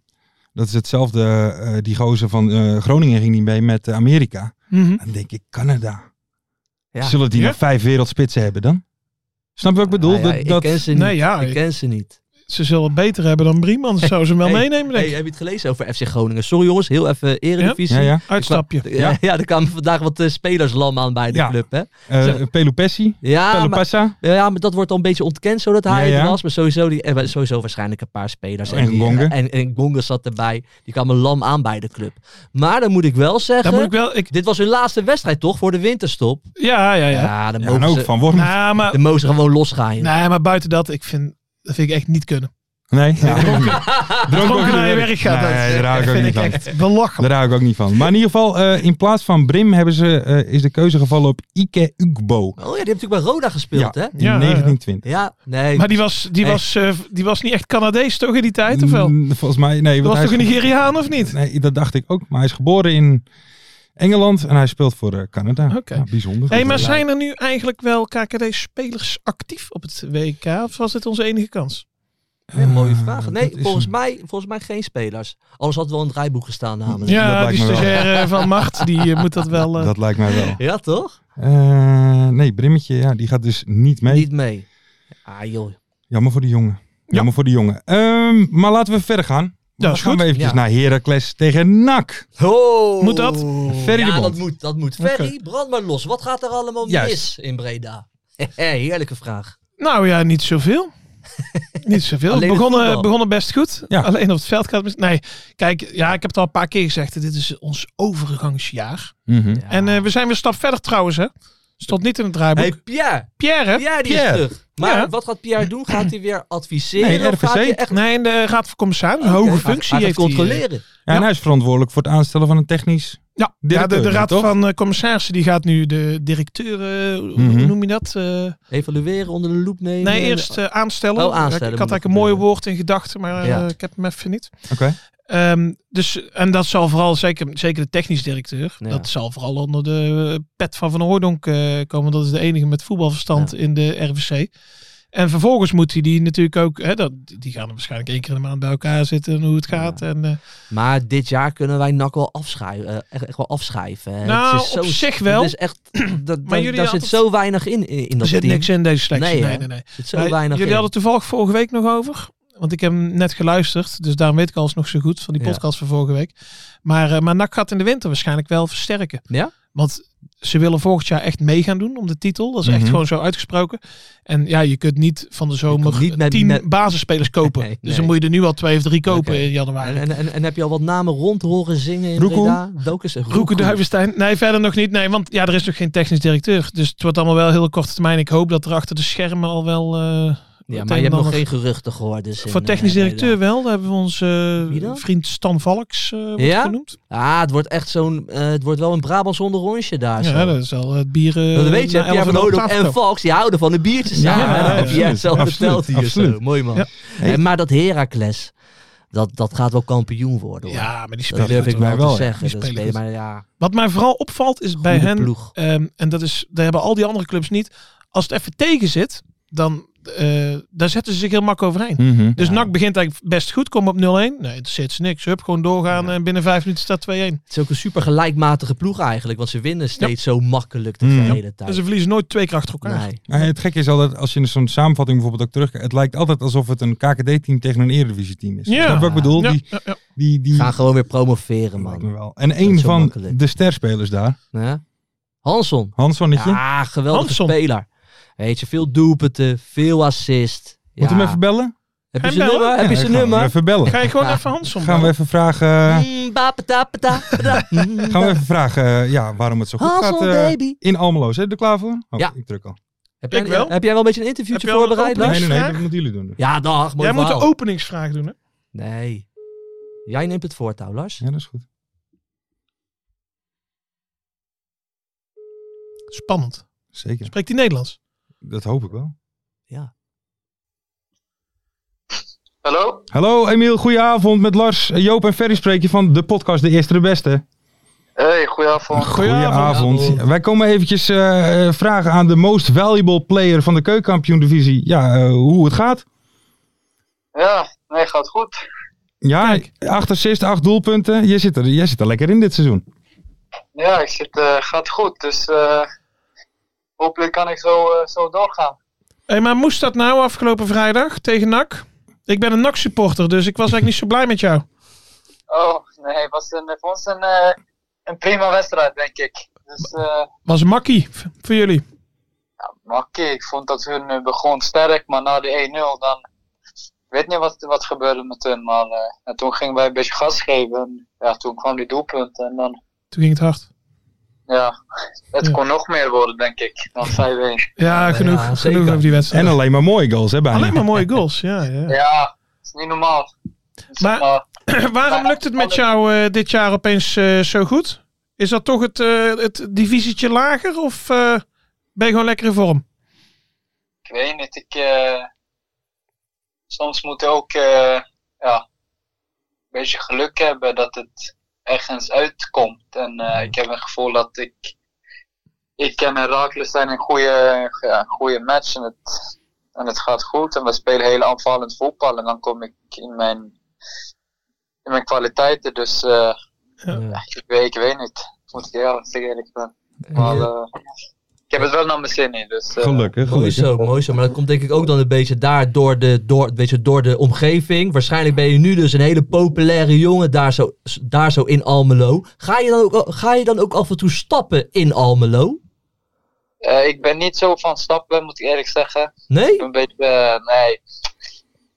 S4: Dat is hetzelfde, eh, die gozer van eh, Groningen ging niet mee met eh, Amerika.
S6: Mhm.
S4: Dan denk ik, Canada.
S5: Ja.
S4: Zullen die
S6: Ja.
S4: nog vijf wereldspitsen hebben dan? Snap je wat ik bedoel?
S5: Nou ja,
S4: dat,
S5: ik
S4: dat,
S5: ken ze niet.
S6: Nee, ja,
S5: ik
S6: ik-
S5: ken ze niet.
S6: Ze zullen het beter hebben dan Brieman. Ze zou ze hem wel
S5: Hey,
S6: meenemen,
S5: Hey,
S6: denk
S5: heb
S6: ik.
S5: je het gelezen over FC Groningen? Sorry jongens, heel even Eredivisie.
S4: ja, ja.
S6: Uitstapje.
S5: Ja, ja, er kwamen vandaag wat eh, spelers lam aan bij de
S4: Ja.
S5: club. Hè?
S4: eh Pelopessi,
S5: Ja, Ah, maar,
S4: Pelopessa
S5: ja, maar dat wordt al een beetje ontkend, zodat hij
S4: Ja,
S5: het
S4: ja.
S5: was. Maar sowieso, die, eh, sowieso waarschijnlijk een paar spelers.
S4: Oh, en
S5: die- eh,
S4: Gonga.
S5: En, en Gonga zat erbij. Die kwamen lam aan bij de club. Maar dan moet ik wel zeggen...
S6: Dan moet ik wel... Ik,
S5: Dit was hun laatste wedstrijd toch voor de winterstop?
S6: ja, ja, ja.
S5: Ja, dan
S4: Ja, en
S5: mogen,
S4: ook
S5: ze,
S4: Van Worm.
S6: Nou, maar,
S5: dan mogen ze gewoon losgaan. joh.
S6: nee, maar buiten dat, ik vind, dat vind ik echt niet kunnen.
S4: Nee, ja. dronken.
S6: Dronken naar je werk gaat, dat-
S4: Nee, daar hou ik
S6: Dat
S4: ook
S6: vind
S4: niet
S6: ik
S4: van.
S6: echt belachelijk.
S4: Daar hou ik ook niet van. Maar in ieder geval, eh, in plaats van Brim hebben ze, eh, is de keuze gevallen op Ike Ugbo.
S5: Oh ja, die heeft natuurlijk bij Roda gespeeld, hè?
S4: in
S6: Ja, ja, ja.
S4: 1920.
S5: Ja, nee.
S6: Maar die was, die,
S5: Nee.
S6: was, eh, die was niet echt Canadees toch in die tijd, of wel?
S4: Mm, Volgens mij, nee.
S6: Dat
S4: want
S6: was
S4: hij
S6: toch een
S4: is ge-
S6: Nigeriaan, of niet?
S4: Nee, dat dacht ik ook. Maar hij is geboren in Engeland en hij speelt voor eh, Canada.
S6: Oké.
S4: Ja, bijzonder.
S6: Hé, maar
S4: Ja.
S6: zijn er nu eigenlijk wel KKD-spelers actief op het WK? Of was dit onze enige kans?
S5: Nee, mooie
S4: Eh,
S5: vraag. Nee,
S4: dat is
S5: volgens
S4: een-
S5: mij, volgens mij geen spelers. Anders had wel een draaiboek gestaan namelijk.
S4: dat
S6: Ja,
S4: lijkt
S6: die
S4: me wel.
S6: stagiaire van Macht, die eh, moet dat wel... eh,
S4: Dat lijkt mij wel.
S5: Ja, toch?
S4: Eh, nee, Brimmetje, ja, die gaat dus niet mee.
S5: Niet mee. Ah joh.
S4: Jammer voor die jongen. Jammer voor die jongen. Ehm, maar laten we verder gaan.
S6: Ja,
S4: Dan
S6: is
S4: gaan
S6: goed.
S4: we eventjes
S5: Ja.
S4: naar Heracles tegen NAC.
S5: Oh.
S6: Moet dat?
S4: Ferry de
S5: ja, dat
S4: Bond.
S5: moet, dat moet. Ferry, brand maar los. Wat gaat er allemaal
S4: Juist.
S5: mis in Breda? Heerlijke vraag.
S6: Nou ja, niet zoveel. niet zoveel.
S5: Alleen
S6: We
S5: het
S6: begonnen,
S5: voetbal.
S6: begonnen best goed.
S4: Ja.
S6: Alleen op het veld gaat het mis. Nee, kijk, ja, ik heb het al een paar keer gezegd. Dit is ons overgangsjaar.
S4: Mhm.
S5: Ja.
S6: En eh, we zijn weer een stap verder trouwens, hè. Stond niet in het draaiboek.
S5: hey, Pierre.
S6: Pierre, hè?
S5: Pierre, die
S4: Pierre.
S5: is terug. Maar
S6: Ja.
S5: wat gaat Pierre doen? Gaat hij weer adviseren?
S4: Nee,
S5: of gaat
S4: RVC.
S5: hij echt
S6: Nee, in de Raad van Commissarissen. Een
S5: Oké.
S6: hoge
S5: Hij-
S6: functie
S5: hij gaat
S6: heeft hij, eh,
S5: controleren.
S4: Ja, en hij is verantwoordelijk voor het aanstellen van een technisch
S6: Ja, ja de,
S4: Directeur,
S6: de raad
S4: toch?
S6: van eh, commissarissen die gaat nu de directeur, eh, hoe-
S4: Mhm.
S6: hoe noem je dat? Eh,
S5: Evalueren, onder de loep nemen.
S6: nee, eerst eh, aanstellen.
S5: Oh, aanstellen
S6: Ik
S5: moet dat
S6: had eigenlijk een mooi
S5: gebeuren.
S6: woord in gedachten, maar eh,
S5: Ja.
S6: ik heb hem even niet.
S4: Oké.
S6: Ehm, dus, en dat zal vooral, zeker, zeker de technisch directeur,
S5: Ja.
S6: dat zal vooral onder de eh, pet van Van Hooydonk eh, komen. Dat is de enige met voetbalverstand
S5: Ja.
S6: in de RVC. En vervolgens moet hij die natuurlijk ook, hè, dat, die gaan er waarschijnlijk één keer in de maand bij elkaar zitten en hoe het gaat. En, eh,
S5: Maar dit jaar kunnen wij NAC wel afschrijven. eh, echt, echt wel afschrijven. hè.
S6: Nou,
S5: Het is
S6: op zich wel.
S5: Het is echt, dat,
S6: Maar
S5: maar
S6: jullie
S5: daar zit
S6: hadden-
S5: zo weinig in, in, in
S6: er
S5: dat
S6: zit
S5: team.
S6: niks in deze selectie.
S5: Nee, hè?
S6: nee, nee. nee.
S5: Er zit zo
S6: Wij-
S5: weinig
S6: jullie
S5: in.
S6: hadden het toevallig vorige week nog over. Want ik heb hem net geluisterd. Dus daarom weet ik alles nog zo goed van die
S5: Ja.
S6: podcast van vorige week. Maar, eh maar NAC gaat in de winter waarschijnlijk wel versterken.
S5: Ja?
S6: Want ze willen volgend jaar echt mee gaan doen om de titel. Dat is echt
S4: Mhm.
S6: gewoon zo uitgesproken. En ja, je kunt niet van de zomer
S5: niet met-
S6: tien
S5: met-
S6: basisspelers kopen.
S5: Nee,
S6: Dus
S5: nee.
S6: dan moet je er nu al twee of drie kopen
S5: Oké.
S6: in
S5: En,
S6: januari.
S5: en, en, en heb je al wat namen rond horen zingen in
S4: Roekoe?
S5: Breda? Welke is het?
S6: Roeken Duivenstein. Nee, verder nog niet. Nee, want ja, er is nog geen technisch directeur. Dus het wordt allemaal wel heel korte termijn. Ik hoep dat er achter de schermen al wel... eh,
S5: Ja, maar
S6: meteen
S5: je hebt
S6: dan
S5: nog
S6: nog-
S5: geen geruchten gehoord. Dus in,
S6: voor
S5: eh,
S6: technisch
S5: Breda.
S6: directeur wel. Daar hebben we onze eh,
S5: Wie dan?
S6: vriend Stan Valks eh, wordt
S5: Ja?
S6: genoemd.
S5: Ah, het wordt echt zo'n. eh, het wordt wel een Brabants zonder rondje daar. Ah, zo.
S6: Ja, dat is al het bier. eh,
S5: dat weet je,
S6: na
S5: hè, Pierre van
S6: elf uur op
S5: Hodok
S6: tafel
S5: en
S6: komen.
S5: Valks, die houden van de biertjes
S4: Ja,
S5: samen.
S4: ja,
S5: hè? dat heb
S4: absoluut,
S5: jij het zelf
S4: absoluut,
S5: verteld hier.
S4: absoluut.
S5: Zo. Mooi man.
S6: Ja.
S4: Hey.
S5: Eh, maar dat Heracles, dat, dat gaat wel kampioen worden. hoor.
S6: Ja, maar die
S5: dat
S6: spelen
S5: durf
S6: goed,
S5: ik wel
S6: hoor.
S5: te
S4: wel, ja.
S5: zeggen.
S6: Die
S5: Dat
S6: spelen
S5: spelen,
S6: goed.
S5: maar ja,
S6: Wat mij vooral opvalt is bij
S5: goede
S6: hen,
S5: ploeg.
S6: ehm, en dat is, daar hebben al die andere clubs niet. Als het even tegen zit, dan eh, daar zetten ze zich heel makkelijk overheen.
S4: Mhm.
S6: Dus
S5: Hm. Ja.
S6: NAC begint eigenlijk best goed, komen op 0-1. Nee, het zit ze niks. Hup, gewoon doorgaan en binnen vijf minuten staat 2-1.
S5: Het is ook een super gelijkmatige ploeg eigenlijk. Want ze winnen steeds zo makkelijk de
S4: Mm.
S5: hele tijd.
S6: En Hmm. ze verliezen nooit twee keer achter elkaar.
S5: Nee.
S4: Maar Nou, het gekke is altijd, als je zo'n samenvatting bijvoorbeeld ook terugkijkt, het lijkt altijd alsof het een KKD-team tegen een Eredivisie-team is.
S6: Ja.
S4: Snap je wat ik bedoel?
S6: Ja,
S4: Die,
S6: ja, ja.
S4: die, die,
S5: Gaan gewoon weer promoveren,
S4: Lijkt me
S5: man.
S4: wel. En
S5: Dat
S4: een
S5: is zo
S4: van
S5: makkelijk.
S4: de sterspelers daar,
S5: Ja? Hanson.
S4: Hanssonnetje,
S5: Ja, geweldige
S6: Hanson.
S5: speler. Weet je, veel doelpunten, veel assist. Ja.
S4: moet hem even bellen?
S5: Heb je
S6: Hem
S5: zijn
S6: bellen?
S5: nummer? Heb je
S4: Ja,
S5: zijn
S4: gaan we hem
S5: nummer?
S4: Even bellen.
S6: Ga je gewoon
S5: Ja.
S6: even Hansom
S4: Gaan we even vragen, eh,
S5: Mm, ba, pa, ta, pa, ta, pa, ta. Mm,
S4: gaan we
S5: ba.
S4: even vragen eh, ja, waarom het zo goed
S5: Hanson,
S4: gaat eh,
S5: baby.
S4: in Almelo. Zijn jullie er klaar voor? Oh,
S5: Ja.
S4: ik druk al.
S5: Heb jij,
S6: Ik wel.
S5: heb jij wel een beetje een interviewtje
S6: Heb je al een
S5: voorbereid,
S6: opening?
S5: Lars?
S4: Nee, nee, nee,
S6: vraag?
S4: dat moeten jullie doen. dus.
S5: Ja, dag. Mooi
S6: Jij moet de
S5: verhaal.
S6: openingsvraag doen, hè?
S5: Nee. Jij neemt het voortouw, Lars.
S4: Ja, dat is goed.
S6: Spannend.
S4: Zeker.
S6: Spreekt hij Nederlands?
S4: Dat hoop ik wel.
S5: Ja.
S7: Hallo?
S4: Hallo Emiel, goedenavond. Met Lars, eh, Joop en Ferry spreek je van de podcast De Eerste de Beste.
S7: Hey, goedenavond.
S4: Goedenavond. Wij komen eventjes eh, eh, vragen aan de most valuable player van de keukenkampioen divisie. Ja, eh, hoe het gaat.
S7: Ja, nee, gaat goed.
S4: Ja, acht assist, acht doelpunten. Jij zit, er, jij zit er lekker in dit seizoen.
S7: Ja, ik zit, eh, gaat goed. Dus eh, hopelijk kan ik zo, eh, zo doorgaan.
S6: Hey, maar moest dat nou afgelopen vrijdag tegen NAC? Ik ben een NAC-supporter, dus ik was eigenlijk niet zo blij met jou.
S7: Oh, nee, het was een, voor ons een, eh, een prima wedstrijd, denk ik. Dus, eh
S6: Was makkie v- voor jullie.
S7: maar oké, ik vond dat hun eh, begon sterk, maar na de 1-0 dan... Ik weet niet wat, wat gebeurde met hun, maar eh, en toen gingen wij een beetje gas geven. En, Ja, toen kwam die doelpunt en dan...
S6: Toen ging het hard.
S7: Ja, het
S6: Ja.
S7: kon nog meer worden, denk ik, dan 5-1.
S6: Ja, genoeg,
S5: ja, zeker.
S6: genoeg over die wedstrijd.
S4: En alleen maar mooie goals, hè, bijna.
S6: Alleen maar mooie goals, ja. ja.
S7: Ja, het is niet normaal.
S6: Maar-
S7: Zeg maar
S6: Waarom lukt het met jou eh, dit jaar opeens eh, zo goed? Is dat toch het, eh, het divisietje lager of eh, ben je gewoon lekker in vorm?
S7: ik weet niet, ik, eh, soms moet je ook eh, ja, een beetje geluk hebben dat het ergens uitkomt. En eh, ik heb een gevoel dat ik, ik en Herakles zijn een goede, ja, goede match en het, en het gaat goed. En we spelen heel aanvallend voetbal en dan kom ik in mijn, in mijn kwaliteiten. Dus eh,
S5: Ja.
S7: ik, weet, ik weet niet, moet ik eerlijk zeggen, eerlijk ben. Maar eh, ik heb het wel naar mijn zin in, dus... eh,
S4: Gelukkig,
S5: Mooi
S4: gelukkig.
S5: zo, mooi zo. Maar dat komt denk ik ook dan een beetje daar door de, door, weet je, door de omgeving. Waarschijnlijk ben je nu dus een hele populaire jongen daar zo, daar zo in Almelo. Ga je, dan ook, ga je dan ook af en toe stappen in Almelo?
S7: Eh, ik ben niet zo van stappen, moet ik eerlijk zeggen. Ik
S5: Nee?
S7: ben een beetje, eh, nee. Ik,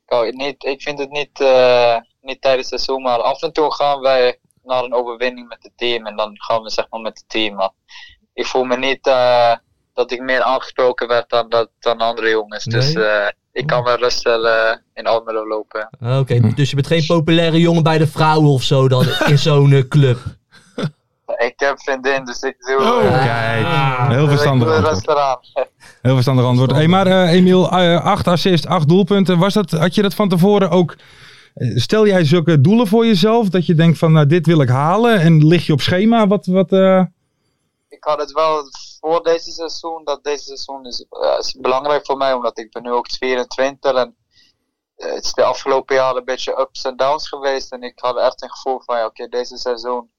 S7: hou het niet, ik vind het niet, eh, niet tijdens het seizoen, maar af en toe gaan wij naar een overwinning met het team. En dan gaan we zeg maar met het team. Maar ik voel me niet eh, dat ik meer aangesproken werd dan, dat, dan andere jongens.
S5: Nee?
S7: Dus eh, ik
S4: Oh.
S7: kan wel rustig eh, in Almelo lopen.
S5: Oké, dus je bent geen populaire jongen bij de vrouwen of zo dan in zo'n eh, club.
S7: Ik heb vriendin, dus ik doe...
S6: Oh,
S7: eh,
S4: Kijk,
S5: Ah.
S4: heel verstandig
S7: ik doe
S4: antwoord.
S7: rustig aan.
S4: Heel verstandig antwoord. Hey, maar eh, Emiel, eh, acht assist, acht doelpunten. Was dat, had je dat van tevoren ook... eh, Stel jij zulke doelen voor jezelf? Dat je denkt van, nou, dit wil ik halen. En lig je op schema? Wat, wat, eh,
S7: ik had het wel voor deze seizoen, dat deze seizoen is, eh, is belangrijk voor mij, omdat ik ben nu ook 22 en eh, het is de afgelopen jaren een beetje ups en downs geweest en ik had echt een gevoel van, ja, oké, deze seizoen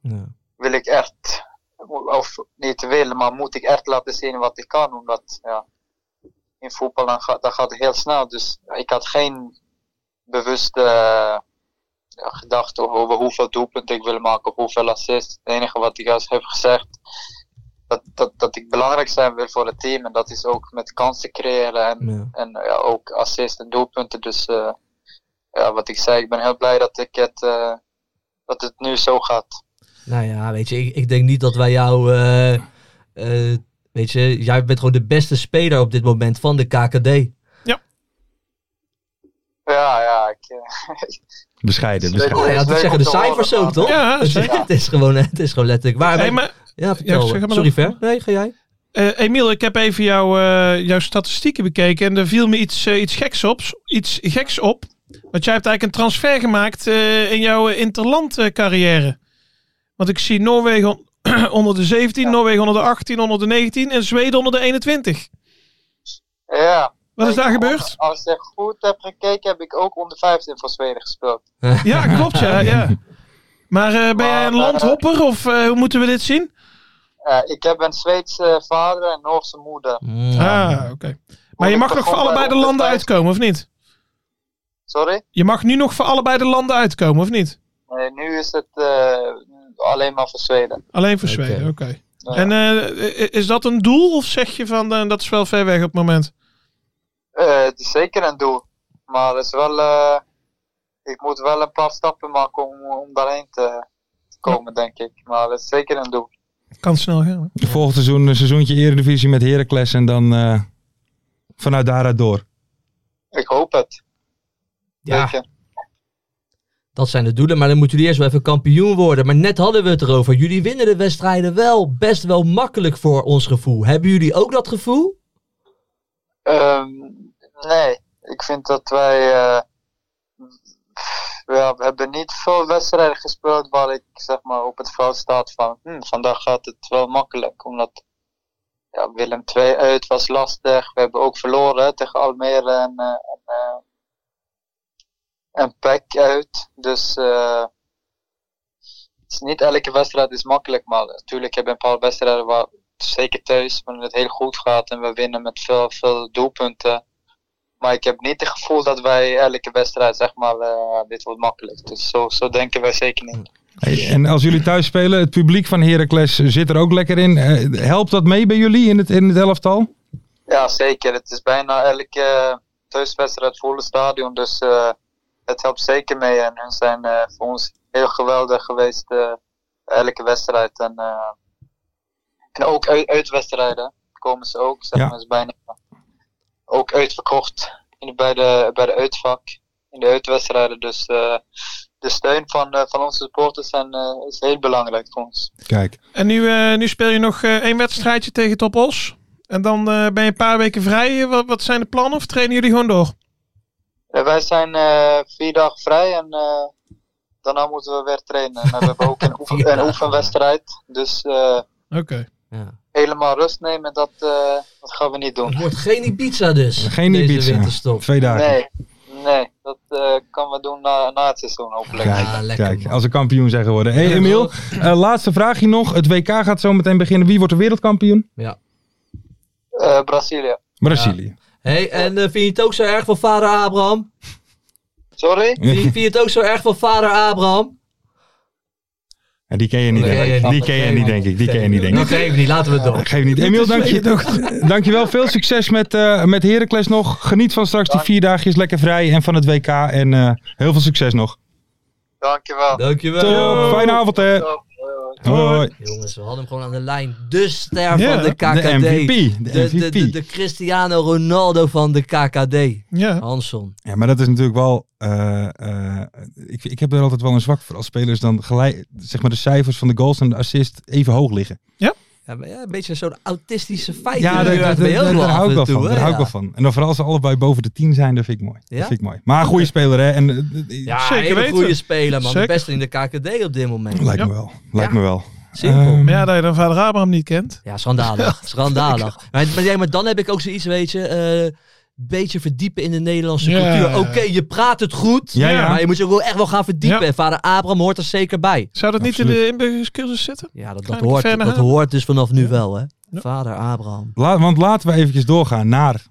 S5: Ja.
S7: wil ik echt, of niet willen, maar moet ik echt laten zien wat ik kan, omdat ja, in voetbal dan gaat, dat gaat het heel snel, dus ik had geen bewuste eh, ja, gedachte over hoeveel doelpunten ik wil maken, of hoeveel assists. Het enige wat ik juist heb gezegd, dat, dat, dat ik belangrijk zijn wil voor het team. En dat is ook met kansen creëren en,
S5: Ja.
S7: en nou ja, ook assist en doelpunten. Dus eh, ja, wat ik zei, ik ben heel blij dat, ik het, eh, dat het nu zo gaat.
S5: Nou ja, weet je, ik, ik denk niet dat wij jou. eh, eh, weet je, jij bent gewoon de beste speler op dit moment van de KKD.
S7: Ja, ja. Ik, eh,
S4: Bescheiden,
S7: Zeker.
S4: bescheiden.
S5: Nou ja,
S7: is
S5: dat
S7: leuk
S5: zeggen
S7: om
S5: de
S7: te horen,
S5: cijfers ook,
S7: maar-
S5: toch?
S6: Ja,
S5: het, is,
S6: zeker.
S5: het is gewoon, het is gewoon letterlijk. Waar
S6: Hey,
S5: wij-
S6: maar,
S5: ja,
S6: Ja,
S5: vertel.
S6: zeg maar
S5: Sorry,
S6: nog.
S5: Ver. Nee, ga jij.
S6: eh, Emiel, ik heb even jouw, eh, jouw statistieken bekeken. En er viel me iets, eh, iets, geks op, iets geks op. Want jij hebt eigenlijk een transfer gemaakt eh, in jouw interland eh, carrière. Want ik zie Noorwegen on- onder de 17, Noorwegen onder de 18, onder de 19 en Zweden onder de 21.
S7: ja.
S6: Wat is daar
S7: Ik-
S6: gebeurd?
S7: Als ik goed heb gekeken, heb ik ook onder 15 voor Zweden gespeeld.
S6: Ja, klopt ja. ja. Maar eh, ben jij een
S7: Maar, eh,
S6: landhopper of eh, hoe moeten we dit zien?
S7: Eh, ik heb een Zweedse vader en Noorse moeder.
S6: Ah, oké. Maar je mag nog voor
S7: eh,
S6: allebei de landen uitkomen, of niet?
S7: Sorry?
S6: Je mag nu nog voor allebei de landen uitkomen, of niet?
S7: Nee, nu is het eh, alleen maar voor Zweden.
S6: Alleen voor
S5: Oké.
S6: Zweden, oké.
S7: Ja.
S6: En eh, i- is dat een doel of zeg je van eh, dat is wel ver weg op het moment?
S7: Eh, het is zeker een doel. Maar het is wel, eh, ik moet wel een paar stappen maken om, om daarheen te komen, denk ik. Maar het is zeker een doel.
S6: Kan snel gaan. hè?
S4: Volgend seizoen een seizoentje Eredivisie met Heracles en dan eh, vanuit daaruit door.
S7: Ik hoop het.
S5: Ja,
S7: Zeker.
S5: dat zijn de doelen. Maar dan moeten jullie eerst wel even kampioen worden. Maar net hadden we het erover. Jullie winnen de wedstrijden wel best wel makkelijk voor ons gevoel. Hebben jullie ook dat gevoel?
S7: Ehm, nee, ik vind dat wij. eh, pff, ja, we hebben niet veel wedstrijden gespeeld waar ik zeg maar, op het veld staat van hm, vandaag gaat het wel makkelijk. Omdat ja, Willem II uit was lastig. We hebben ook verloren hè, tegen Almere en, eh en, eh, en PEC uit. Dus eh, het is niet elke wedstrijd is makkelijk. Maar natuurlijk hebben we een paar wedstrijden waar, zeker thuis, wanneer het heel goed gaat en we winnen met veel, veel doelpunten. Maar ik heb niet het gevoel dat wij elke wedstrijd, zeg maar, eh, dit wordt makkelijk. Dus zo, zo denken wij zeker niet.
S4: Hey, en als jullie thuis spelen, het publiek van Heracles zit er ook lekker in. Eh, helpt dat mee bij jullie in het, in het elftal?
S7: Ja, zeker. Het is bijna elke eh, thuiswedstrijd volle stadion. Dus eh, het helpt zeker mee. En hun zijn eh, voor ons heel geweldig geweest, eh, elke wedstrijd. En, eh, en ook uit, uitwedstrijden komen ze ook. Zeg
S4: Ja.
S7: maar, is bijna ook uitverkocht in de, bij, de, bij de uitvak. In de uitwedstrijden. Dus eh, de steun van, eh, van onze supporters zijn, eh, is heel belangrijk voor ons.
S4: Kijk,
S6: En nu, eh, nu speel je nog eh, één wedstrijdje tegen Top Os. En dan eh, ben je een paar weken vrij. Eh, Wat, wat zijn de plannen of trainen jullie gewoon door?
S7: Ja, wij zijn eh, vier dagen vrij en eh, daarna moeten we weer trainen. En we hebben ook een, oefen,
S5: Vier
S7: een
S5: dagen.
S7: oefenwedstrijd. Dus eh,
S6: Oké.
S5: Ja.
S7: helemaal rust nemen, dat, eh, dat gaan we niet doen.
S5: Het wordt geen Ibiza dus.
S4: geen
S5: deze
S4: Ibiza.
S5: winterstop.
S4: Twee dagen.
S7: Nee, nee dat eh kunnen we doen na, na het seizoen hopelijk.
S4: Kijk,
S5: Ah, lekker,
S4: kijk
S5: man.
S4: als een kampioen zijn geworden. Hey
S5: Ja,
S4: Emiel, eh, laatste vraagje nog. Het WK gaat zo meteen beginnen. Wie wordt de wereldkampioen?
S7: Eh, Brazilië.
S4: Brazilië.
S5: hey, en eh, vind je het ook zo erg van vader Abraham?
S7: Sorry?
S5: Vind je, vind je het ook zo erg van vader Abraham?
S4: En die ken je niet,
S5: Nee,
S4: denk ik.
S5: nee,
S4: Die
S5: nee.
S4: ken je niet, denk ik. Die ken je niet, denk ik.
S5: Dat geeft niet, laten we het door.
S4: Geef niet. Emiel, dank je, dankjewel. Veel succes met, eh met Heracles nog. Geniet van straks die vier dagjes lekker vrij en van het WK. En eh, heel veel succes nog.
S7: Dankjewel.
S5: Dankjewel.
S4: Top, fijne avond hè.
S7: Top. Hoi, hoi.
S4: Hoi.
S5: Jongens, we hadden hem gewoon aan de lijn. De ster
S6: Ja,
S5: van de
S6: de
S5: KKD.
S4: De MVP.
S5: De, de,
S4: De
S5: de,
S4: MVP.
S5: de Cristiano Ronaldo van de KKD.
S6: Ja.
S5: Hanson.
S4: Ja, maar dat is natuurlijk wel... eh, eh, ik, ik heb er altijd wel een zwak voor als spelers dan gelijk... Zeg maar de cijfers van de goals en de assist even hoog liggen.
S5: Ja, maar ja, een beetje zo'n autistische feit.
S4: Ja, daar, daar, daar, daar hou ik wel van. Daar hou ik wel van. En dan vooral als ze allebei boven de 10 zijn, dat vind ik mooi.
S5: Ja?
S4: Dat vind ik mooi. Maar een goede speler hè. En, eh, eh,
S5: Ja,
S6: Zeker
S5: Zeker hele
S6: weten.
S5: goede speler, man.
S6: Zeker.
S5: De beste in de KKD op dit moment.
S4: Lijkt
S6: Ja.
S4: me wel. Lijkt
S5: Ja.
S4: me wel.
S5: Simpel.
S4: Ehm,
S6: Maar ja, dat je dan vader Abraham niet kent.
S5: Ja, schandalig. Schandalig. Maar, maar, ja, maar dan heb ik ook zoiets, weet je. eh, beetje verdiepen in de Nederlandse
S6: Ja.
S5: cultuur. Oké, je praat het goed.
S4: Ja, ja.
S5: Maar je moet je ook wel echt wel gaan verdiepen.
S6: Ja.
S5: En vader Abraham hoort er zeker bij.
S6: Zou dat niet in de
S4: Absoluut.
S6: inburgerscursus zitten?
S5: Ja, dat, dat,
S6: Kleine
S5: hoort,
S6: Verna
S5: dat
S6: Haven.
S5: hoort dus vanaf nu wel, hè.
S6: Ja.
S5: Vader Abraham.
S4: La- want laten we eventjes doorgaan naar...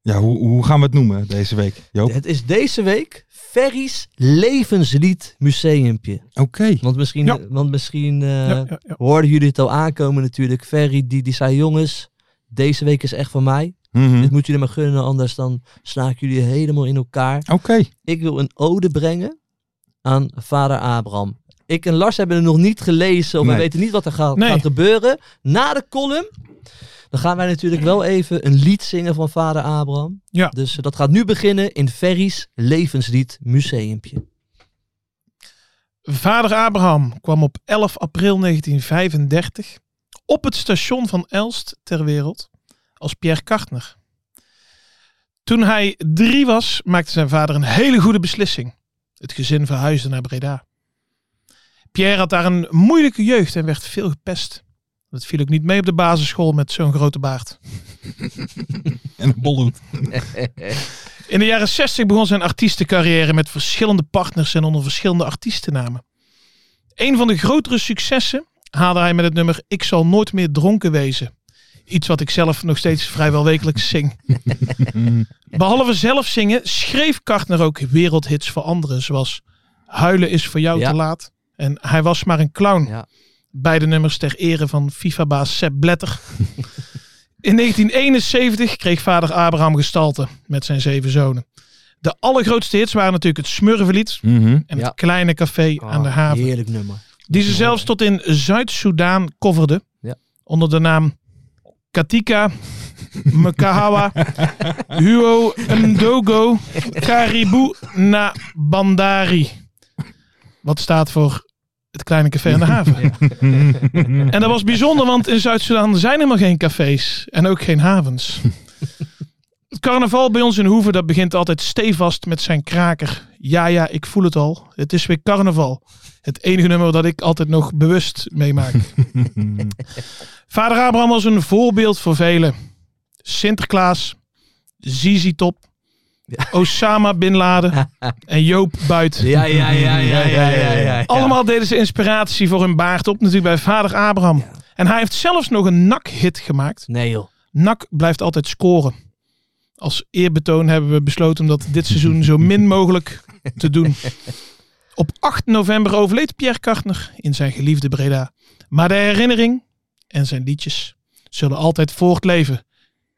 S4: Ja, hoe, hoe gaan we het noemen deze week, Joop?
S5: Het is deze week Ferry's Levenslied Museumpje.
S4: Oké.
S5: Want misschien,
S6: Ja.
S5: want misschien eh,
S6: Ja, ja, ja.
S5: hoorden jullie het al aankomen natuurlijk. Ferry die, die zei, jongens, deze week is echt van mij.
S4: Mhm.
S5: Dit moeten jullie maar gunnen, anders dan sla ik jullie helemaal in elkaar.
S4: Oké.
S5: Ik wil een ode brengen aan vader Abraham. Ik en Lars hebben het nog niet gelezen, of
S4: Nee.
S5: we weten niet wat er gaat,
S6: Nee.
S5: gaat gebeuren. Na de column, dan gaan wij natuurlijk wel even een lied zingen van vader Abraham.
S6: Ja.
S5: Dus eh, dat gaat nu beginnen in Ferry's Levenslied Museumpje.
S6: Vader Abraham kwam op 11 april 1935 op het station van Elst ter wereld als Pierre Kartner. Toen hij drie was, maakte zijn vader een hele goede beslissing. Het gezin verhuisde naar Breda. Pierre had daar een moeilijke jeugd en werd veel gepest. Dat viel ook niet mee op de basisschool met zo'n grote baard.
S4: En een bolhoed.
S6: In de jaren 60 begon zijn artiestencarrière met verschillende partners en onder verschillende artiestennamen. Een van de grotere successen haalde hij met het nummer Ik zal nooit meer dronken wezen. Iets wat ik zelf nog steeds vrijwel wekelijks zing. Behalve zelf zingen schreef Kartner ook wereldhits voor anderen, zoals Huilen is voor jou
S5: Ja.
S6: te laat en Hij was maar een clown.
S5: Ja.
S6: Beide nummers ter ere van FIFA-baas Sepp Blatter. In 1971 kreeg vader Abraham gestalte met zijn zeven zonen. De allergrootste hits waren natuurlijk het Smurvenlied
S4: Mhm.
S6: en
S5: Ja.
S6: het Kleine Café aan de
S5: Ah,
S6: haven.
S5: Heerlijk nummer.
S6: Die ze zelfs tot in Zuid-Soedan coverde.
S5: Ja.
S6: Onder de naam Katika, Mekahawa, Huo Ndogo, Karibu na Bandari. Wat staat voor het kleine café aan de haven. En dat was bijzonder, want in Zuid-Soedan zijn helemaal geen cafés en ook geen havens. Het carnaval bij ons in Hoeven, dat begint altijd stevast met zijn kraker. Ja, ja, ik voel het al. Het is weer carnaval. Het enige nummer dat ik altijd nog bewust meemaak. Vader Abraham was een voorbeeld voor velen. Sinterklaas, Zizi Top, Osama Bin Laden en Joop Buit.
S5: Ja, ja, ja, ja, ja, ja. ja.
S6: Allemaal deden ze inspiratie voor hun baard op natuurlijk bij vader Abraham. En hij heeft zelfs nog een NAC-hit gemaakt.
S5: Nee joh.
S6: NAC blijft altijd scoren. Als eerbetoon hebben we besloten om dat dit seizoen zo min mogelijk te doen. Op 8 november overleed Pierre Kartner in zijn geliefde Breda. Maar de herinnering en zijn liedjes zullen altijd voortleven.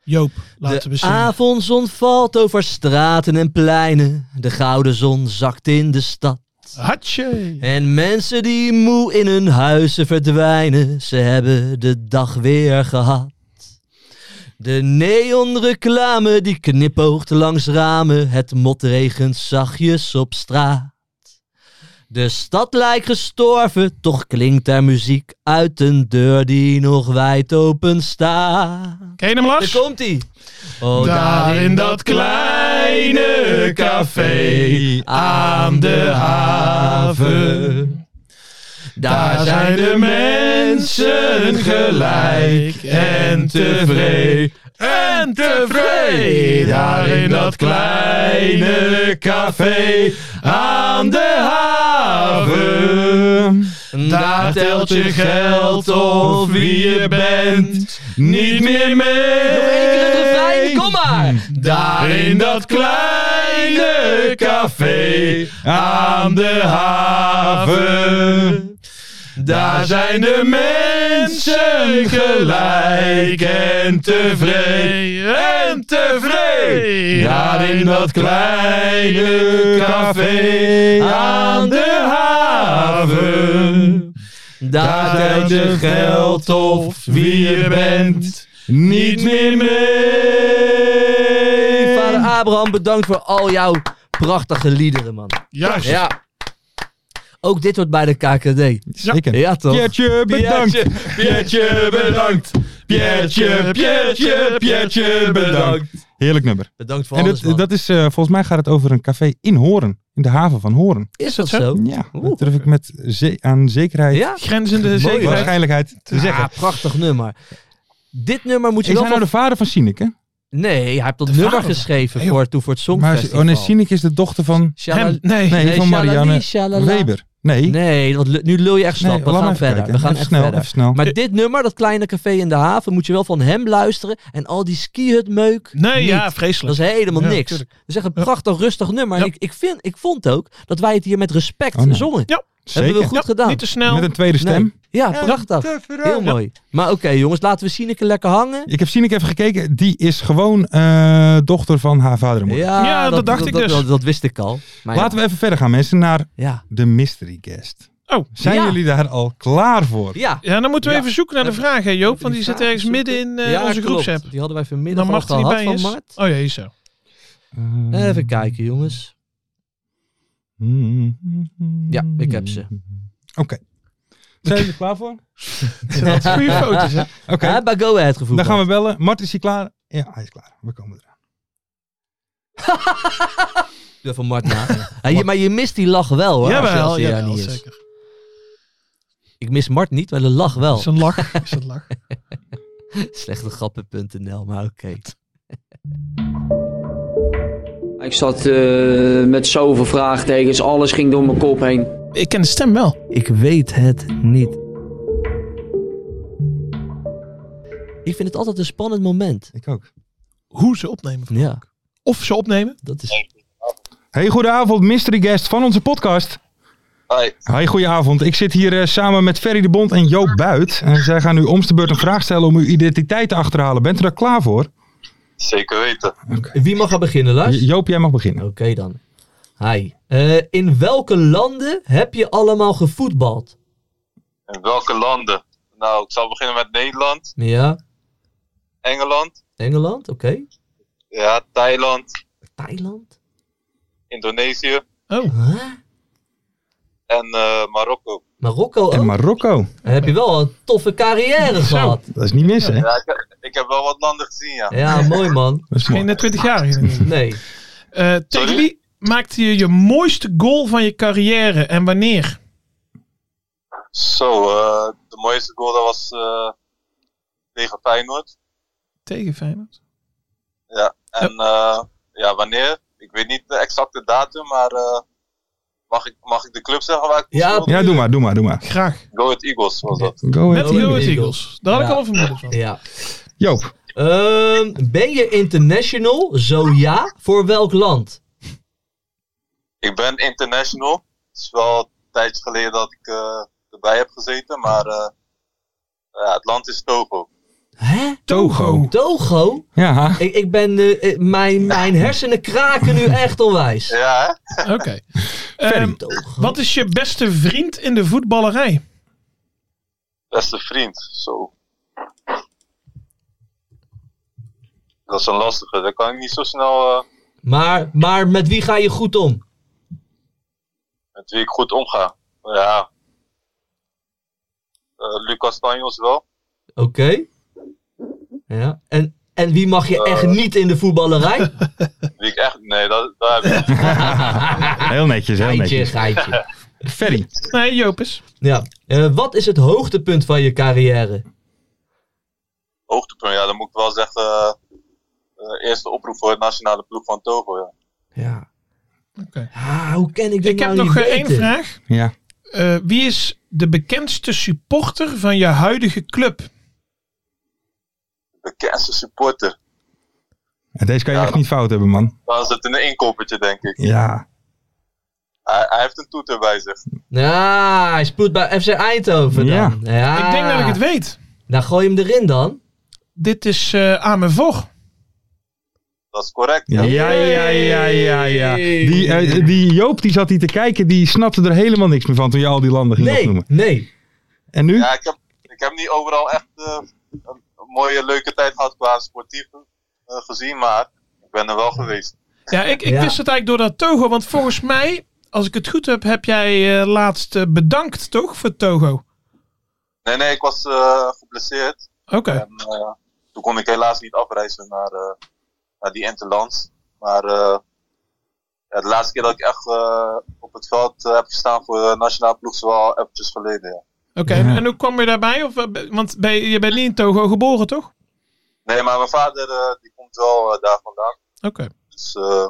S6: Joop, laten we
S5: de
S6: zien.
S5: avondzon valt over straten en pleinen. De gouden zon zakt in de stad.
S6: Hatje!
S5: En mensen die moe in hun huizen verdwijnen, ze hebben de dag weer gehad. De neonreclame die knipoogt langs ramen, het motregent zachtjes op straat. De stad lijkt gestorven, toch klinkt er muziek uit een deur die nog wijd open staat.
S6: Ken je hem,
S5: Daar
S6: Lars?
S5: komt ie. Oh,
S6: Daar in dat kleine café aan de haven. Daar zijn de mensen gelijk en tevreden. En tevreden daar in dat kleine café aan de haven. Daar telt je geld of wie je bent niet meer
S5: Nog één keer het refrein,
S6: mee.
S5: kom maar.
S6: Daar in dat kleine café aan de haven. Daar zijn de mensen gelijk en tevreden. En tevreden. Daar in dat kleine café aan de haven.
S5: Daar
S6: Daar
S5: telt je geld.
S6: of wie je bent niet meer mee.
S5: Vader Abraham, bedankt voor al jouw prachtige liederen, man.
S6: Juist.
S5: Ja. Ook dit wordt bij de KKD.
S4: Zeker.
S5: Ja, toch?
S4: Piertje, bedankt.
S6: Pietje bedankt. Pietje, Pietje, Pietje bedankt.
S4: Heerlijk nummer.
S5: Bedankt voor
S4: En
S5: alles, man.
S4: dat, dat is, eh, volgens mij gaat het over een café in Hoorn. In de haven van Hoorn.
S5: is dat
S6: zo?
S5: zo?
S4: Ja,
S5: Oeh.
S4: dat durf ik met ze aan zekerheid,
S5: Ja?
S6: Grenzende
S5: Mooi,
S6: zekerheid.
S4: waarschijnlijkheid te zeggen.
S5: Ja, prachtig nummer. Dit nummer moet je
S4: Is hij
S5: wel...
S4: nou de
S5: van-
S4: vader van Sineke?
S5: Nee, hij heeft dat nummer
S6: vader?
S5: geschreven
S6: Nee, joh.
S5: voor, toen voor het
S4: Maar,
S5: Songfestival.
S4: oh nee, Sineke is de dochter van,
S5: Shalala-
S6: Hem, nee.
S4: nee,
S5: Nee,
S4: van
S5: Shalali,
S4: Marianne
S5: shalala.
S4: Weber. Nee,
S5: Nee, want lu- nu lul je echt snel.
S4: Nee,
S5: we
S4: laat maar
S5: gaan
S4: even
S5: verder.
S4: kijken.
S5: We gaan
S4: Even
S5: echt
S4: snel,
S5: verder.
S4: even snel.
S5: Maar dit nummer, dat kleine café in de haven, moet je wel van hem luisteren. En al die skihut meuk.
S6: Nee,
S5: niet.
S6: ja,
S5: Dat
S6: vreselijk.
S5: is helemaal
S6: Ja,
S5: niks.
S6: tuurlijk.
S5: Dat is echt een prachtig rustig nummer. En
S6: Ja.
S5: ik, ik, vind, ik vond ook dat wij het hier met respect
S4: Oh, nee.
S5: zongen.
S6: Ja,
S4: zeker.
S5: Hebben we goed
S6: Ja,
S5: gedaan.
S6: Niet te snel.
S4: Met een tweede stem.
S5: Nee. Ja, prachtig. Heel mooi. Maar oké jongens, laten we Sineke lekker hangen.
S4: Ik heb Sineke even gekeken. Die is gewoon eh, dochter van haar vader en moeder.
S5: Ja,
S6: Ja, dat dacht ik dus.
S5: Dat, dat wist ik al. Maar
S4: Laten
S5: ja.
S4: we even verder gaan, mensen, naar
S5: Ja.
S4: de mystery guest.
S6: Oh.
S4: Zijn
S5: Ja.
S4: jullie daar al klaar voor?
S5: ja.
S6: Ja, dan moeten we
S5: Ja.
S6: even zoeken naar de
S5: Even-
S6: vraag, hè, Joop. Want
S5: Even
S6: die zit
S5: vragen
S6: ergens
S5: zoeken.
S6: midden in eh,
S5: Ja,
S6: onze
S5: klopt.
S6: groepsapp.
S5: Die hadden wij
S6: Dan
S5: vanmiddag al
S6: mag die
S5: gehad
S6: bij
S5: van
S6: is.
S5: Mart.
S6: Oh jee, zo.
S4: Eh,
S5: Even kijken jongens. Ja, ik heb ze.
S4: Oké. Zijn jullie er klaar voor?
S6: Dat zijn goede foto's, hè?
S4: Oké,
S5: Ja, bij Go Ahead gevoel.
S4: dan gaan we bellen. Mart, is hij klaar? Ja, hij is klaar. We komen eraan.
S5: Van Mart na. Ja, je- maar je mist die lach wel hoor. als je- als
S6: Jawel,
S5: hij er
S6: jawel,
S5: niet is.
S6: zeker.
S5: Ik mis Mart niet, maar de lach wel.
S6: Is een lach. Is een lach.
S5: Slechtegrappen.nl, maar oké.
S8: Ik zat eh, met zoveel vraagtekens, alles ging door mijn kop heen.
S6: Ik ken de stem wel.
S5: Ik weet het niet. Ik vind het altijd een spannend moment.
S4: Ik ook.
S6: Hoe ze opnemen.
S5: Ja,
S6: Of ze opnemen.
S5: dat is...
S4: Hey, goedenavond, mystery guest van onze podcast.
S7: Hoi.
S4: Hoi, goedenavond. Ik zit hier eh, samen met Ferry de Bond en Joop Buit. En zij gaan u om de beurt een vraag stellen om uw identiteit te achterhalen. Bent u daar klaar voor?
S7: Zeker weten.
S5: Wie mag er beginnen, Lars?
S4: J- Joop, jij mag beginnen.
S5: Oké dan. Hi. Eh, in welke landen heb je allemaal gevoetbald?
S7: In welke landen? Nou, ik zal beginnen met Nederland,
S5: Ja,
S7: Engeland,
S5: Engeland, oké.
S7: ja, Thailand,
S5: Thailand?
S7: Indonesië
S6: Oh,
S5: Huh?
S7: en eh, Marokko.
S5: Marokko ook?
S4: En Marokko.
S5: Dan heb je wel een toffe carrière gehad.
S4: Dat is niet mis, hè?
S7: Ja, ik, ik heb wel wat landen gezien, ja.
S5: Ja, mooi man.
S4: Dat is mooi.
S6: geen 20 jaar. Eh
S5: Nee.
S6: tegen wie maakte je je mooiste goal van je carrière en wanneer?
S7: Zo, eh, de mooiste goal dat was eh, tegen Feyenoord.
S6: Tegen Feyenoord.
S7: Ja, en eh, ja, wanneer? Ik weet niet de exacte datum, maar eh, mag, ik, mag ik de club zeggen waar ik
S5: Ja,
S7: speelde?
S4: Ja, doe maar, doe maar, doe maar.
S6: Graag.
S7: Go Ahead Eagles was dat.
S4: Go
S6: Met
S4: ahead.
S6: de
S5: Go
S4: Joop.
S6: Eagles.
S5: Eagles.
S6: Eagels. Daar had ik
S5: Ja.
S6: al een vermoeden van.
S5: Ja.
S4: Joop.
S5: Ehm, ben je international? Zo ja. Voor welk land?
S7: Ik ben international. Het is wel een tijdje geleden dat ik eh, erbij heb gezeten, maar eh, ja, het land is Togo.
S5: Hè?
S4: Togo.
S5: Togo?
S4: Ja.
S5: Ik, ik ben, eh, eh, mijn, mijn hersenen kraken nu echt onwijs.
S7: Ja, hè?
S6: Oké. Ehm,
S5: Togo.
S6: wat is je beste vriend in de voetballerij?
S7: Beste vriend. Zo. Dat is een lastige. Dat kan ik niet zo snel eh,
S5: Maar, maar met wie ga je goed om?
S7: met wie ik goed omga. Maar Ja. Eh, Lucas Tanjos wel.
S5: Oké. Ja. En, en wie mag je echt niet in de voetballerij?
S7: Wie ik echt. Nee, dat, daar heb ik niet.
S4: Heel netjes, heel
S5: Geitje,
S4: netjes.
S5: geitje.
S4: Ferry.
S6: Nee, Jopus.
S5: Ja. Eh, wat is het hoogtepunt van je carrière?
S7: Hoogtepunt, ja, dan moet ik wel zeggen. eh, eh, eerste oproep voor het nationale ploeg van Togo. Ja.
S5: Ja.
S6: Oké.
S5: Ah, hoe ken ik dit
S6: Ik
S5: nou
S6: heb
S5: niet
S6: nog eh, één
S5: weten?
S6: vraag.
S4: Ja.
S6: Eh, wie is de bekendste supporter van je huidige club?
S7: Bekendste supporter.
S4: En Deze kan je
S7: Ja.
S4: echt niet fout hebben, man.
S7: Dan zit in een inkoppertje, denk ik.
S4: Ja.
S7: Hij, hij heeft een toeter bij zich.
S5: Ja, hij speelt bij FC Eindhoven dan. Ja.
S6: Ik denk dat ik het weet.
S5: Nou, gooi hem erin dan.
S6: Dit is eh Amevoor.
S7: Dat is correct.
S4: Ja, ja, ja, ja, ja. ja.
S5: Hey.
S4: Die, eh, die Joop die zat hier te kijken, die snapte er helemaal niks meer van toen je al die landen ging
S5: Nee,
S4: opnoemen.
S5: nee.
S4: En nu?
S7: Ja, ik heb, ik heb niet overal echt eh, een een mooie, leuke tijd gehad qua sportief eh, gezien, maar ik ben er wel geweest.
S6: Ja, ik, ik
S5: Ja.
S6: wist het eigenlijk door dat Togo. Want volgens mij, als ik het goed heb, heb jij eh, laatst eh, bedankt toch voor Togo?
S7: Nee, nee, ik was eh, geblesseerd.
S6: Oké.
S7: En, eh, toen kon ik helaas niet afreizen naar, eh, naar die interlands. Maar eh, ja, de laatste keer dat ik echt eh, op het veld eh, heb gestaan voor de nationale ploeg is wel eventjes geleden. Ja.
S6: Oké, en- en hoe kwam je daarbij? Of, eh, be- want ben, je je bent niet in Togo geboren, toch?
S7: Nee, maar mijn vader eh, die komt wel eh, daar vandaan.
S6: Oké.
S7: Dus eh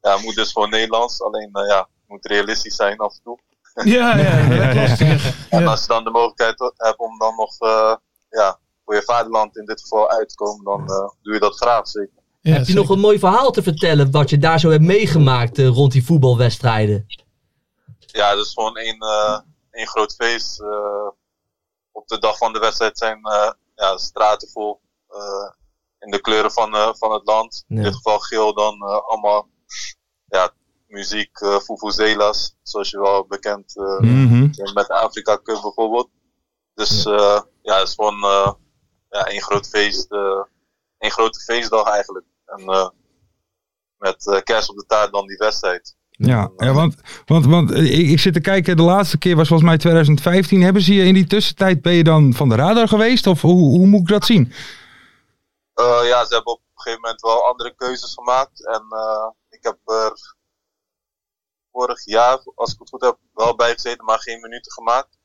S7: ja, moet dus gewoon Nederlands. Alleen eh, ja, moet realistisch zijn af en toe.
S6: Ja, ja, dat
S4: ja.
S6: is lastiger.
S7: En
S6: Ja.
S7: als je dan de mogelijkheid hebt om dan nog eh, ja, voor je vaderland in dit geval uit te komen, dan eh, doe je dat graag zeker.
S6: Ja,
S5: Heb je
S6: zeker.
S5: nog een mooi verhaal te vertellen wat je daar zo hebt meegemaakt eh, rond die voetbalwedstrijden?
S7: Ja, dat is gewoon één, eh, één groot feest. Eh, op de dag van de wedstrijd zijn eh, ja, de straten vol eh, in de kleuren van, eh, van het land.
S5: Ja.
S7: In dit geval geel dan eh, allemaal ja, muziek, eh fufuzela's, zoals je wel bekend eh,
S4: Mhm.
S7: bent met de Afrika Cup bijvoorbeeld. Dus eh, ja, het is gewoon eh, ja, één groot feest, eh één grote feestdag eigenlijk. En eh, met eh, kerst op de taart dan die wedstrijd.
S4: Ja, ja want, want, want eh, ik, ik zit te kijken, de laatste keer was volgens mij 2015. Hebben ze je in die tussentijd, ben je dan van de radar geweest? Of hoe, hoe moet ik dat zien?
S7: Eh, ja, ze hebben op een gegeven moment wel andere keuzes gemaakt. En eh, ik heb er vorig jaar, als ik het goed heb, wel bij gezeten, maar geen minuten gemaakt.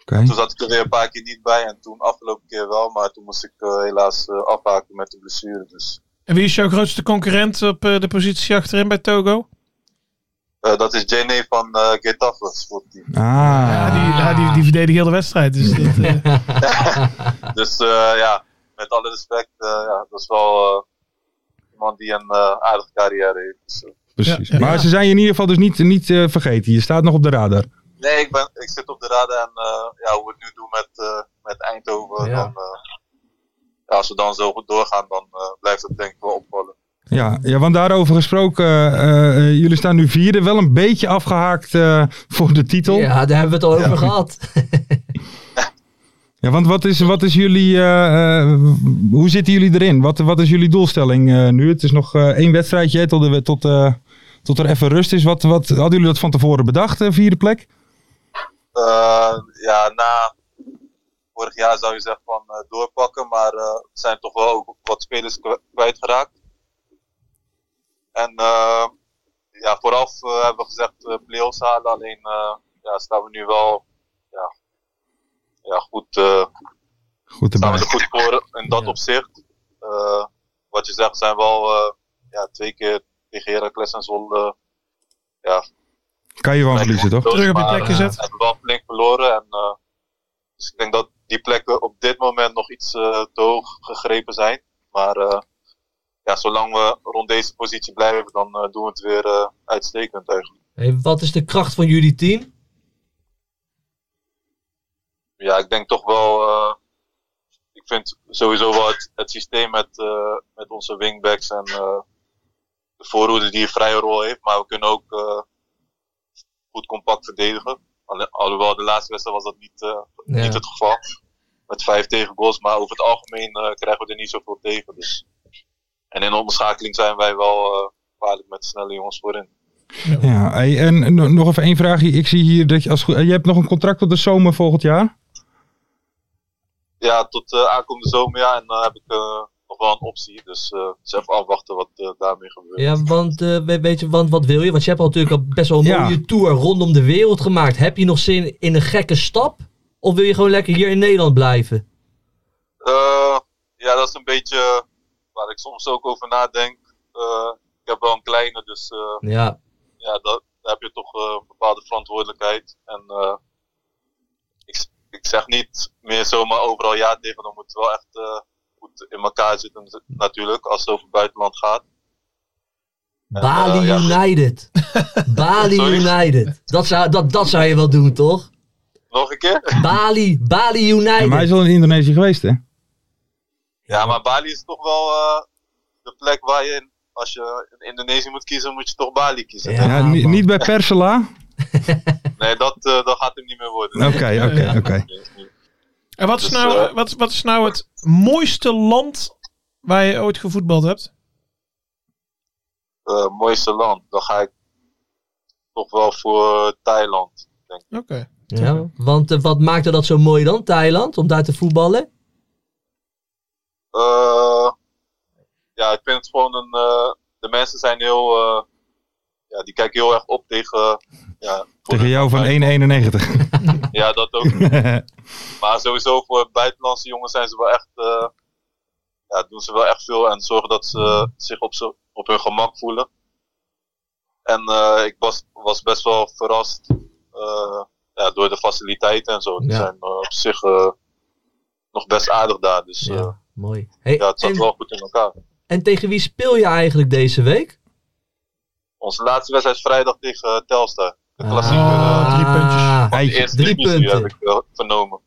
S4: Oké.
S7: Toen zat ik er weer een paar keer niet bij en toen afgelopen keer wel, maar toen moest ik eh, helaas eh, afhaken met de blessure. Dus
S6: En wie is jouw grootste concurrent op eh, de positie achterin bij Togo?
S7: eh, dat is Jenny van eh Getafe Sportteam.
S4: Ah,
S6: Ja, die, ja, die, die verdedigt heel de wedstrijd. Dus dat, eh,
S7: Dus eh, ja, met alle respect, eh, ja, dat is wel eh, iemand die een eh, aardige carrière heeft. Dus, eh,
S4: precies.
S6: ja, ja.
S4: Maar ze zijn je in ieder geval dus niet, niet eh, vergeten. Je staat nog op de radar.
S7: Nee, ik, ben, ik zit op de radar en eh, ja, hoe we het nu doen met, eh, met Eindhoven.
S5: Ja.
S7: Dan, eh, ja, als we dan zo goed doorgaan, dan eh, blijft het denk ik wel opvallen.
S4: Ja, ja, want daarover gesproken, eh, eh, jullie staan nu vierde, wel een beetje afgehaakt eh, voor de titel. Ja,
S5: Ja, daar hebben we het al over gehad.
S4: want wat is, wat is jullie, eh, eh, hoe zitten jullie erin? Wat, wat is jullie doelstelling eh, nu? Het is nog eh, één wedstrijdje hè, tot, de, tot, eh, tot er even rust is. Wat, wat, hadden jullie dat van tevoren bedacht, eh, vierde plek?
S7: Eh, ja, na vorig jaar zou je zeggen van eh, doorpakken, maar eh, er zijn toch wel ook wat spelers kw- kwijtgeraakt. En eh, ja, vooraf eh, hebben we gezegd eh play-offs halen, alleen eh, ja, staan we nu wel ja, ja, goed, eh,
S4: Goed
S7: staan we
S4: erbij.
S7: er goed voor in dat
S5: Ja.
S7: opzicht. Eh, wat je zegt, zijn wel eh, ja, twee keer tegen Heracles en Zwolle. eh, ja,
S4: Kan je wel
S7: gelijk
S4: verliezen, toch?
S7: gewonnen,
S6: Terug op je
S7: maar,
S6: plek
S7: eh,
S6: gezet.
S7: Hebben wel flink verloren. En, eh, dus ik denk dat die plekken op dit moment nog iets eh, te hoog gegrepen zijn. Maar eh, ja, zolang we rond deze positie blijven, dan eh, doen we het weer eh, uitstekend eigenlijk.
S5: Hey, wat is de kracht van jullie team?
S7: ja, ik denk toch wel. eh, ik vind sowieso wel het, het systeem met, eh, met onze wingbacks en eh, de voorhoede die een vrije rol heeft. Maar we kunnen ook eh, goed compact verdedigen. Alle- Alhoewel de laatste wedstrijd was dat niet, eh,
S5: Ja.
S7: niet het geval. Met vijf tegen goals, maar over het algemeen eh, krijgen we er niet zoveel tegen. Dus. En in de omschakeling zijn wij wel eh, gevaarlijk met snelle jongens voorin.
S4: Ja, hey, en no- nog even één vraagje. Ik zie hier dat je, als, goed- eh, je hebt nog een contract tot de zomer volgend jaar.
S7: Ja, tot eh, aankomende zomer ja, en dan heb ik eh, nog wel een optie. Dus eh dus even afwachten wat eh, daarmee gebeurt.
S5: Ja, want, eh, we- weet je, want wat wil je? Want je hebt al natuurlijk al best wel een
S4: Ja.
S5: mooie tour rondom de wereld gemaakt. Heb je nog zin in een gekke stap? Of wil je gewoon lekker hier in Nederland blijven?
S7: Eh, ja, dat is een beetje waar ik soms ook over nadenk. Eh, ik heb wel een kleine, dus eh,
S5: Ja,
S7: ja, dat, daar heb je toch eh, een bepaalde verantwoordelijkheid. En eh, ik, z- ik zeg niet meer zomaar overal ja tegen, dan moet het wel echt eh, goed in elkaar zitten nat- natuurlijk, als het over het buitenland gaat. En,
S5: Bali
S7: eh, ja,
S5: United. Bali
S7: Sorry?
S5: United. Dat zou, dat, dat zou je wel doen, toch?
S7: Nog een keer?
S5: Bali, Bali
S4: En maar hij is
S5: United.
S4: al in Indonesië geweest, hè?
S7: Ja, maar Bali is toch wel eh, de plek waar je, in- als je in Indonesië moet kiezen, moet je toch Bali kiezen.
S5: Ja.
S4: Ja, ni-
S5: man.
S4: niet bij Persela.
S7: Nee, dat, eh, dat gaat hem niet meer worden.
S4: Oké, oké, oké.
S6: En wat is,
S7: Dus,
S6: nou,
S7: eh,
S6: wat, wat is nou het mooiste land waar je ooit gevoetbald hebt?
S7: eh mooiste land, dan ga ik toch wel voor eh, Thailand.
S6: Oké.
S5: Ja, want eh, wat maakte dat zo mooi dan, Thailand, om daar te voetballen?
S7: Eh, ja, ik vind het gewoon een. eh, de mensen zijn heel. eh, ja, die kijken heel erg op tegen. Ja, voor
S4: Tegen
S7: de-
S4: jou van 1,91.
S7: Ja, dat ook. maar sowieso voor buitenlandse jongens zijn ze wel echt. eh, ja, doen ze wel echt veel en zorgen dat ze eh, zich op, ze, op hun gemak voelen. En eh, ik was, was best wel verrast
S9: eh, ja, door de faciliteiten en zo. Die
S5: Ja.
S9: zijn eh, op zich eh, nog best aardig daar. Dus eh,
S5: Ja, mooi. Hey,
S9: ja, het zat
S5: en,
S9: wel goed in elkaar.
S5: en tegen wie speel je eigenlijk deze week?
S9: Onze laatste wedstrijd vrijdag tegen eh, Telstar. De klassieker. eh,
S6: Oh, drie puntjes.
S9: van de
S4: Eitje.
S9: eerste
S5: Ah, drie
S9: divisie
S5: punten.
S9: heb ik wel vernomen.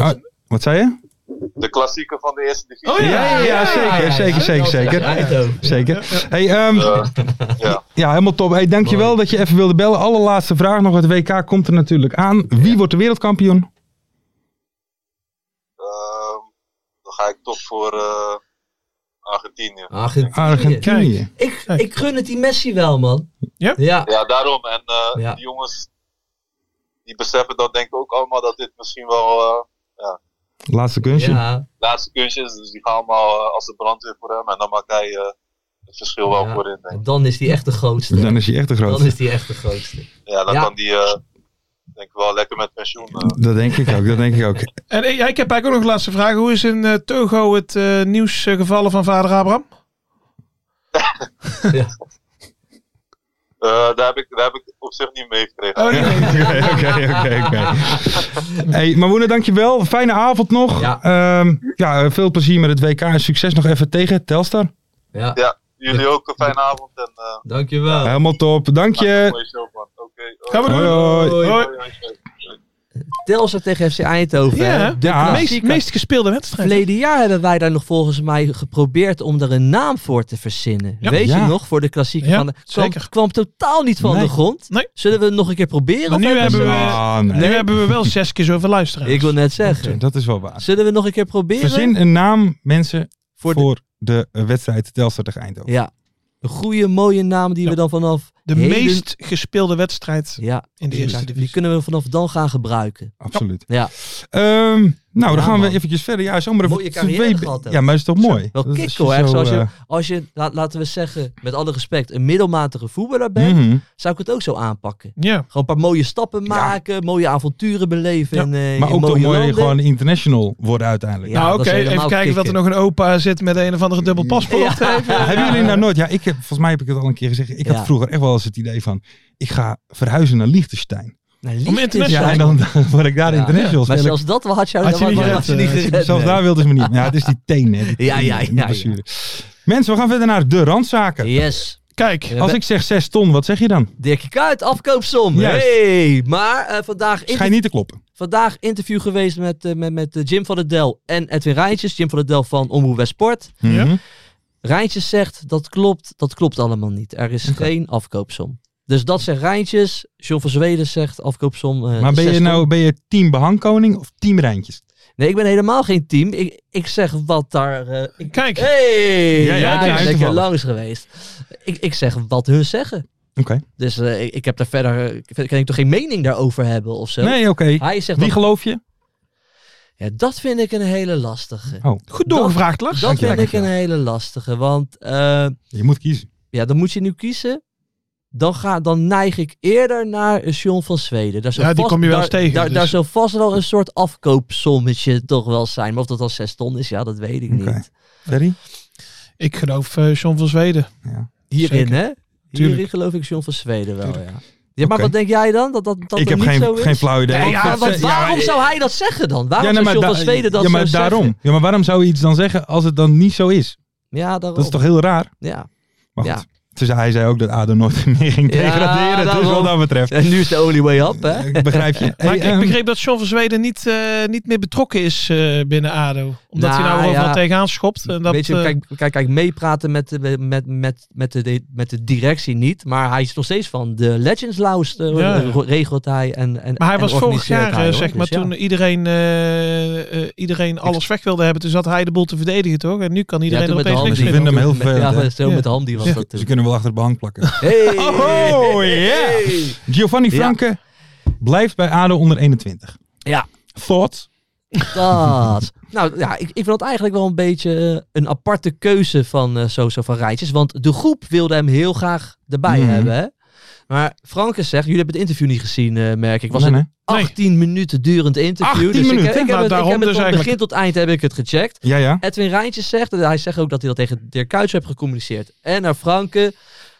S4: Wat zei je?
S9: De klassieker van de eerste
S5: Oh,
S9: divisie.
S4: ja, ja, zeker, zeker, zeker, zeker.
S5: Eindhoven.
S4: Zeker. Hey, ehm,
S9: Eh, ja.
S4: ja, helemaal top. Hey, dankjewel
S5: Mooi.
S4: dat je even wilde bellen. Allerlaatste vraag nog. Het WK komt er natuurlijk aan. Wie wordt de wereldkampioen?
S9: Ehm, dan ga ik toch voor eh, Argentinië.
S5: Argentinië.
S4: Argentinië.
S5: Ik,
S6: Kijk.
S5: ik gun het die Messi wel, man.
S6: Ja?
S5: Ja,
S9: Ja, daarom. En eh,
S5: Ja.
S9: die jongens, die beseffen dat denk ik ook allemaal dat dit misschien wel eh
S4: Laatste kunstje.
S5: ja.
S9: laatste kunstje is. Dus die gaan allemaal eh, als de brandweer voor hem. En dan maakt hij eh, het verschil wel
S5: Ja.
S9: voorin. Denk ik.
S5: Dan is die echt de grootste.
S4: Dan is hij echt de
S5: Dan
S4: grootste.
S5: is die echt de grootste.
S9: Ja, dan
S5: Ja.
S9: kan die eh, denk ik wel lekker met pensioen. eh.
S4: Dat denk ik ook, dat denk ik ook.
S6: En eh, ja, ik heb eigenlijk ook nog een laatste vraag. Hoe is in eh, Togo het eh, nieuws eh, gevallen van vader Abraham?
S9: Eh, daar, heb ik, daar heb ik op zich niet meegekregen.
S6: Oh, nee, nee.
S4: Oké, oké, oké, oké. Hey, Mawoene, dankjewel. Fijne avond nog.
S5: Ja.
S4: Ehm, ja, eh, veel plezier met het WK en succes nog even tegen Telstar.
S5: Ja,
S9: Ja, jullie ook een fijne avond en eh
S5: dankjewel.
S4: Helemaal top. Dank
S9: een
S7: Ah,
S4: je.
S9: mooie show man. Oké,
S6: Gaan we doen.
S5: Hoi.
S4: Hoi, hoi.
S6: Hoi.
S9: hoi, hoi, hoi.
S5: Telstar tegen FC Eindhoven.
S6: Ja,
S5: hè?
S6: hè?
S5: De
S4: Ja.
S6: De meest,
S5: klassieker.
S6: meest gespeelde wedstrijd.
S5: Verleden jaar hebben wij daar nog volgens mij geprobeerd om er een naam voor te verzinnen.
S6: Ja.
S5: Weet je
S4: Ja.
S5: nog, voor de klassieke
S6: Ja,
S5: van de... Kwam,
S6: zeker.
S5: kwam totaal niet van
S4: Nee.
S5: de grond.
S6: Nee.
S5: Zullen we het nog een keer proberen? of
S6: Maar nu
S5: hebben
S6: hebben
S5: ze-
S6: we-
S4: Ah, nee.
S6: Nu hebben we wel zes keer zoveel luisteraars.
S5: Ik wil net zeggen.
S4: Dat is wel waar.
S5: Zullen we nog een keer proberen?
S4: Verzin een naam, mensen,
S5: Voor
S4: voor,
S5: de-
S4: de, eh, wedstrijd Telstar tegen Eindhoven.
S5: Ja. Een goede, mooie naam die we
S6: Ja.
S5: dan vanaf...
S6: De
S5: heden-
S6: meest gespeelde wedstrijd
S5: Ja,
S6: in de eerste
S5: die
S6: divisie.
S5: kunnen we vanaf dan gaan gebruiken.
S4: Absoluut.
S5: Ja.
S4: Ehm, nou,
S5: Ja,
S4: dan gaan
S5: man.
S4: we eventjes verder. Ja, zomaar even
S5: Mooie carrière
S4: twee-
S5: gehad hebben.
S4: Ja, maar is toch mooi?
S5: Wel
S4: Dat is
S5: kick hoor. hè.
S4: zo,
S5: Zoals je,
S4: eh,
S5: als je, la- laten we zeggen, met alle respect, een middelmatige voetballer bent,
S4: mhm.
S5: zou ik het ook zo aanpakken.
S6: Ja,
S5: Gewoon een paar mooie stappen maken, mooie avonturen beleven.
S6: Ja.
S5: in, eh,
S4: Maar
S5: in
S4: ook toch
S5: mooie
S4: mooi
S5: landen.
S4: gewoon international worden uiteindelijk.
S5: Ja,
S6: nou
S5: dat
S6: oké,
S5: is
S6: even
S5: helemaal
S6: kijken dat er
S5: kicken.
S6: nog een opa zit met een of andere dubbel paspoort.
S5: Ja.
S4: Hebben jullie nou nooit, ja, ik heb, volgens mij heb ik het al een keer gezegd. Ik
S5: Ja.
S4: had vroeger echt wel eens het idee van, ik ga verhuizen naar Liechtenstein.
S5: Nou,
S6: Om
S5: liefde
S6: internet-
S5: is
S4: Ja,
S5: daar-
S4: en dan, dan word ik daar
S5: Ja.
S4: international
S5: Maar
S4: spelen.
S5: zelfs dat had je,
S4: Had je niet
S5: had
S4: gered,
S5: je niet
S4: eh,
S5: gered,
S4: zelfs
S5: nee.
S4: daar wilden ze me niet. Ja, het is die teen, hè. die
S5: Ja,
S4: teen,
S5: ja,
S4: die
S5: ja,
S4: blessure. Mensen, we gaan verder naar de randzaken.
S5: Yes.
S6: Kijk,
S5: Ja.
S4: Als ik zeg 6 ton, wat zeg je dan?
S5: Dirkje Kuyt, afkoopsom.
S4: Juist.
S5: Hey, maar eh, vandaag, inter-
S4: Schijn niet te kloppen.
S5: vandaag interview geweest met, eh, met, met eh, Jim van der Del en Edwin Rijntjes. Jim van der Del van Omroep Westport.
S6: Ja.
S4: Mhm.
S5: Rijntjes zegt, dat klopt, dat klopt allemaal niet. Er is geen afkoopsom. Dus dat zegt Rijntjes. John van Zweden zegt afkoopsom. eh,
S4: Maar ben
S5: zes
S4: je
S5: ton.
S4: nou ben je team behangkoning of team Rijntjes?
S5: Nee, ik ben helemaal geen team. Ik, ik zeg wat daar... eh, ik-
S6: kijk.
S5: Hey,
S4: Ja, ja,
S5: ja,
S4: ik ben
S5: ik ben lekker
S4: toevallig.
S5: langs geweest. Ik, ik zeg wat hun zeggen.
S4: Oké.
S5: Dus eh, ik, ik heb daar verder, eh, verder kan ik toch geen mening daarover hebben of zo.
S4: Nee, oké.
S5: Hij zegt
S4: Wie
S5: dat,
S4: geloof je?
S5: ja, dat vind ik een hele lastige.
S4: Oh,
S6: Goed doorgevraagd, Lars.
S5: Dat vind
S4: Dankjewel.
S5: ik een hele lastige, want eh,
S4: je moet kiezen.
S5: ja, dan moet je nu kiezen. Dan, ga, dan neig ik eerder naar een John van Zweden. Daar zou
S6: Ja, die
S5: vast-
S6: kom je wel
S5: daar,
S6: eens tegen,
S5: Daar,
S6: dus.
S5: daar zou vast wel een soort afkoopsommetje toch wel zijn. Maar of dat dan zes ton is, ja, dat weet ik
S4: Oké.
S5: niet.
S4: Ferry?
S6: Ik geloof eh John van Zweden.
S5: Hierin,
S6: Zeker.
S5: hè? Hierin
S6: Tuurlijk.
S5: geloof ik John van Zweden wel, ja. Ja, maar
S4: Oké.
S5: wat denk jij dan? Dat, dat, dat
S4: Ik
S5: het
S4: heb
S5: niet zo
S4: geen,
S5: is?
S4: geen flauw idee.
S6: Nee, ja,
S4: Ik-
S5: Want waarom
S4: maar-
S5: zou hij dat zeggen dan? Waarom zou
S4: nee, maar
S5: John van
S4: da-
S5: Zweden dat
S4: ja, maar
S5: zo
S4: daarom.
S5: zeggen?
S4: Ja, maar waarom zou hij iets dan zeggen als het dan niet zo is?
S5: Ja, daarom.
S4: Dat is toch heel raar?
S5: Ja.
S4: Maar
S5: Ja.
S4: goed. Dus hij zei ook dat ADO nooit meer ging
S5: Ja,
S4: degraderen. dus
S5: daarom.
S4: wat dat betreft.
S5: En nu is de only way up, hè?
S4: Ik begrijp je.
S6: Maar
S4: Hey,
S6: ik, ik
S4: ehm,
S6: begreep dat John van Zweden niet, eh, niet meer betrokken is eh, binnen ADO. Omdat hij
S5: Nou,
S6: nou overal
S5: ja.
S6: tegenaan schopt. En dat,
S5: Weet je,
S6: eh,
S5: kijk, kijk, kijk meepraten met, de- met, met, met, de, met de directie niet. Maar hij is nog steeds van de Legends Lounge, eh,
S6: Ja.
S5: ro- regelt hij. En, en,
S6: maar hij
S5: en
S6: was vorig
S5: organiseert
S6: jaar,
S5: hij,
S6: eh,
S5: hoor.
S6: zeg maar,
S5: Dus ja.
S6: toen iedereen, eh, eh, iedereen alles weg wilde hebben. Toen zat hij de boel te verdedigen, toch? En nu kan
S5: Ja,
S6: iedereen
S5: toen
S6: er
S5: met de
S6: opeens
S5: Hamdi.
S6: niks
S4: Ik
S6: meer
S4: vind
S6: van.
S4: hem heel
S5: Met-
S4: vervelend,
S5: Ja, zo
S4: hè?
S5: met Hamdi was
S4: ze-
S5: dat eh.
S4: Ze
S5: toen.
S4: kunnen wel achter de behang plakken.
S5: Hey.
S4: Oh, ja. Giovanni
S5: Ja.
S4: Franke blijft bij ADO onder 21.
S5: Ja.
S4: Thoughts?
S5: Dat. Nou ja, ik, ik vind dat eigenlijk wel een beetje eh, een aparte keuze van eh Soso van Rijtjes. Want de groep wilde hem heel graag erbij
S4: Mhm.
S5: hebben. Hè? Maar Franke zegt, jullie hebben het interview niet gezien, eh, merk ik. Was
S4: Nee,
S5: een
S4: nee.
S5: 18 minuten durend interview.
S4: 18
S5: dus ik-
S4: minuten?
S5: ik, heb
S6: Nou,
S5: het, ik
S6: daarom
S5: heb het
S6: dus
S5: van
S6: eigenlijk.
S5: begin tot eind heb ik het gecheckt.
S4: Ja, ja.
S5: eh, Edwin Rijntjes zegt, en hij zegt ook dat hij dat tegen Dirk Kuyt heeft gecommuniceerd. En naar Franke,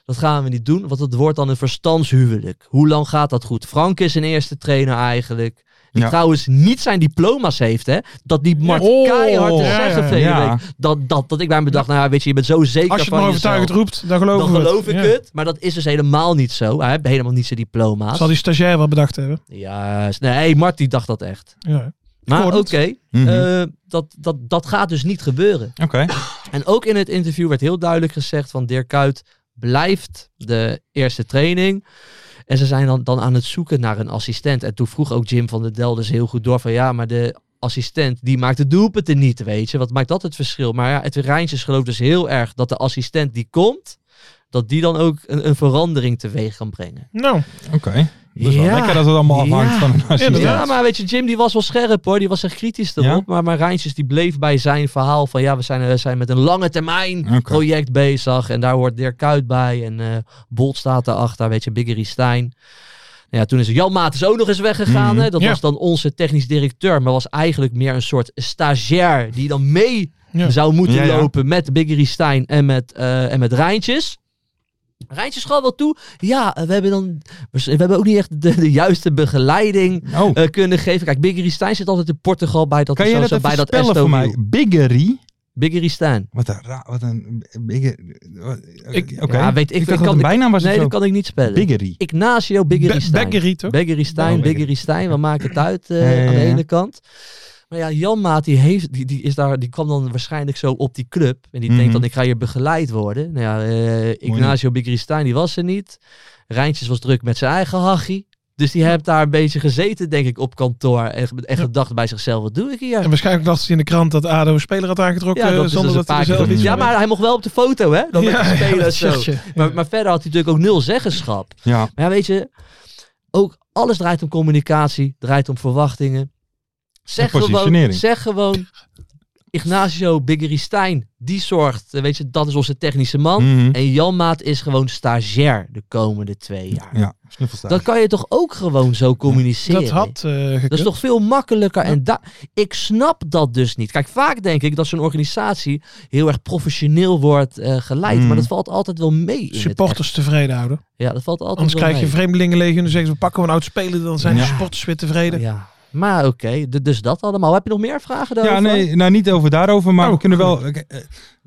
S5: Dat gaan we niet doen, want het wordt dan een verstandshuwelijk. Hoe lang gaat dat goed? Frank is een eerste trainer eigenlijk. Die
S4: Ja.
S5: trouwens niet zijn diploma's heeft, hè? Dat die Mart
S6: Oh,
S5: keihard te
S6: ja,
S5: zeggen
S6: ja,
S5: verleden
S4: ja.
S5: week. Dat, dat, dat ik bij me dacht, nou ja, weet je, je bent zo zeker
S6: Als je het
S5: van
S6: maar
S5: jezelf.
S6: overtuigend roept, dan geloof,
S5: dan geloof ik
S6: Ja.
S5: het. Maar dat is dus helemaal niet zo. Hij heeft helemaal niet zijn diploma's.
S6: Zal die stagiair wel bedacht hebben.
S5: Juist. Nee, Mart die dacht dat echt.
S6: Ja.
S5: Maar
S6: hoorde
S5: Nou, oké,
S6: het.
S4: Mhm.
S5: eh, dat, dat, dat gaat dus niet gebeuren.
S4: Oké.
S5: En ook in het interview werd heel duidelijk gezegd van Dirk Kuyt blijft de eerste training. En ze zijn dan, dan aan het zoeken naar een assistent. En toen vroeg ook Jim van der Del dus heel goed door van ja, maar de assistent die maakt de doelpunten niet, weet je. Wat maakt dat het verschil? Maar ja, het Rijntjes gelooft dus heel erg dat de assistent die komt, dat die dan ook een, een verandering teweeg kan brengen.
S6: Nou,
S4: Oké. Dus wel
S5: Ja.
S4: lekker dat het allemaal afhangt
S5: Ja.
S4: van een assistent.
S6: Inderdaad.
S5: Ja, maar weet je, Jim die was wel scherp hoor. Die was echt kritisch erop.
S4: Ja?
S5: Maar, maar Rijntjes die bleef bij zijn verhaal van ja, we zijn, we zijn met een lange termijn
S4: Oké.
S5: project bezig. En daar hoort Dirk Kuyt bij. En eh Bolt staat daarachter, weet je, Biggery Stein. Nou ja, toen is Jan Maat is ook nog eens weggegaan.
S4: Mhm.
S5: Hè? Dat
S6: Ja.
S5: was dan onze technisch directeur. Maar was eigenlijk meer een soort stagiair die dan mee
S6: Ja.
S5: zou moeten
S4: Ja, ja.
S5: lopen met Biggery Stein en met, eh en met Rijntjes. Rijntjes gaf wel toe. Ja, eh, we hebben dan. We hebben ook niet echt de, de juiste begeleiding
S4: Oh,
S5: eh, kunnen geven. Kijk, Biggery Stein zit altijd in Portugal bij dat,
S4: kan je
S5: zo-
S4: dat
S5: zo
S4: even
S5: bij dat
S4: spellen
S5: Aston
S4: voor
S5: Villa.
S4: mij? Biggery?
S5: Biggery Stein.
S4: Wat een raar, wat een bigger.
S6: Ik-
S4: oké.
S5: ja, weet ik- ik
S4: dacht
S5: kan-
S4: dat het een bijnaam was
S5: Nee,
S4: of zo.
S5: dat kan ik niet spellen.
S4: Biggery.
S5: Ignacio Biggery
S6: Be-
S5: Stein.
S6: Beckery toch?
S5: Biggery Stein,
S4: Oh,
S5: Biggery Stein. We maken het uit eh,
S4: Ja, ja,
S5: aan de
S4: ja.
S5: ene kant. Maar ja, Janmaat die, heeft, die, die, is daar, die kwam dan waarschijnlijk zo op die club. En die denkt
S4: Mhm.
S5: dan, ik ga hier begeleid worden. Nou ja, eh, Ignacio Biggery Stein, die was er niet. Rijntjes was druk met zijn eigen hachie. Dus die heeft daar een beetje gezeten, denk ik, op kantoor. En, en gedacht bij zichzelf, wat doe ik hier?
S6: en waarschijnlijk las hij in de krant dat ADO een speler had aangetrokken.
S5: Ja, dat
S6: eh,
S5: is dus
S6: zonder
S5: een
S6: dat hij
S5: paar
S6: er
S5: keer
S6: zelf
S5: gebeurd.
S6: iets
S5: Ja,
S6: van
S5: maar hij mocht wel op de foto, hè? Dan
S6: weet.
S5: met
S6: Ja,
S5: de
S6: ja,
S5: spelers
S6: dat
S5: zo.
S6: zeg je.
S5: Maar, maar verder had hij natuurlijk ook nul zeggenschap.
S4: Ja.
S5: Maar ja, weet je, ook alles draait om communicatie, draait om verwachtingen. Zeg
S4: En
S5: gewoon,
S4: positionering.
S5: zeg gewoon, Ignacio Biggery Stein, die zorgt, eh, weet je, dat is onze technische man.
S4: Mhm.
S5: En Jan Maat is gewoon stagiair de komende twee jaar.
S4: Ja, snuffelstaart.
S5: Dat kan je toch ook gewoon zo communiceren?
S6: Dat had eh gekund.
S5: Dat is toch veel makkelijker. En da- ik snap dat dus niet. Kijk, vaak denk ik dat zo'n organisatie heel erg professioneel wordt eh, geleid.
S4: Mm.
S5: Maar dat valt altijd wel mee. In het echt.
S6: supporters tevreden houden.
S5: Ja, dat valt altijd
S6: Anders
S5: wel
S6: krijg je
S5: mee.
S6: vreemdelingenlegioen en dan zeggen ze, we pakken we een oud speler, dan zijn de
S4: Ja.
S6: supporters weer tevreden.
S5: Oh, Ja. Maar oké, d- dus dat allemaal. Heb je nog meer vragen daarover?
S4: Ja, nee, nou niet over daarover, maar
S6: Oh,
S4: we kunnen wel... ik- eh,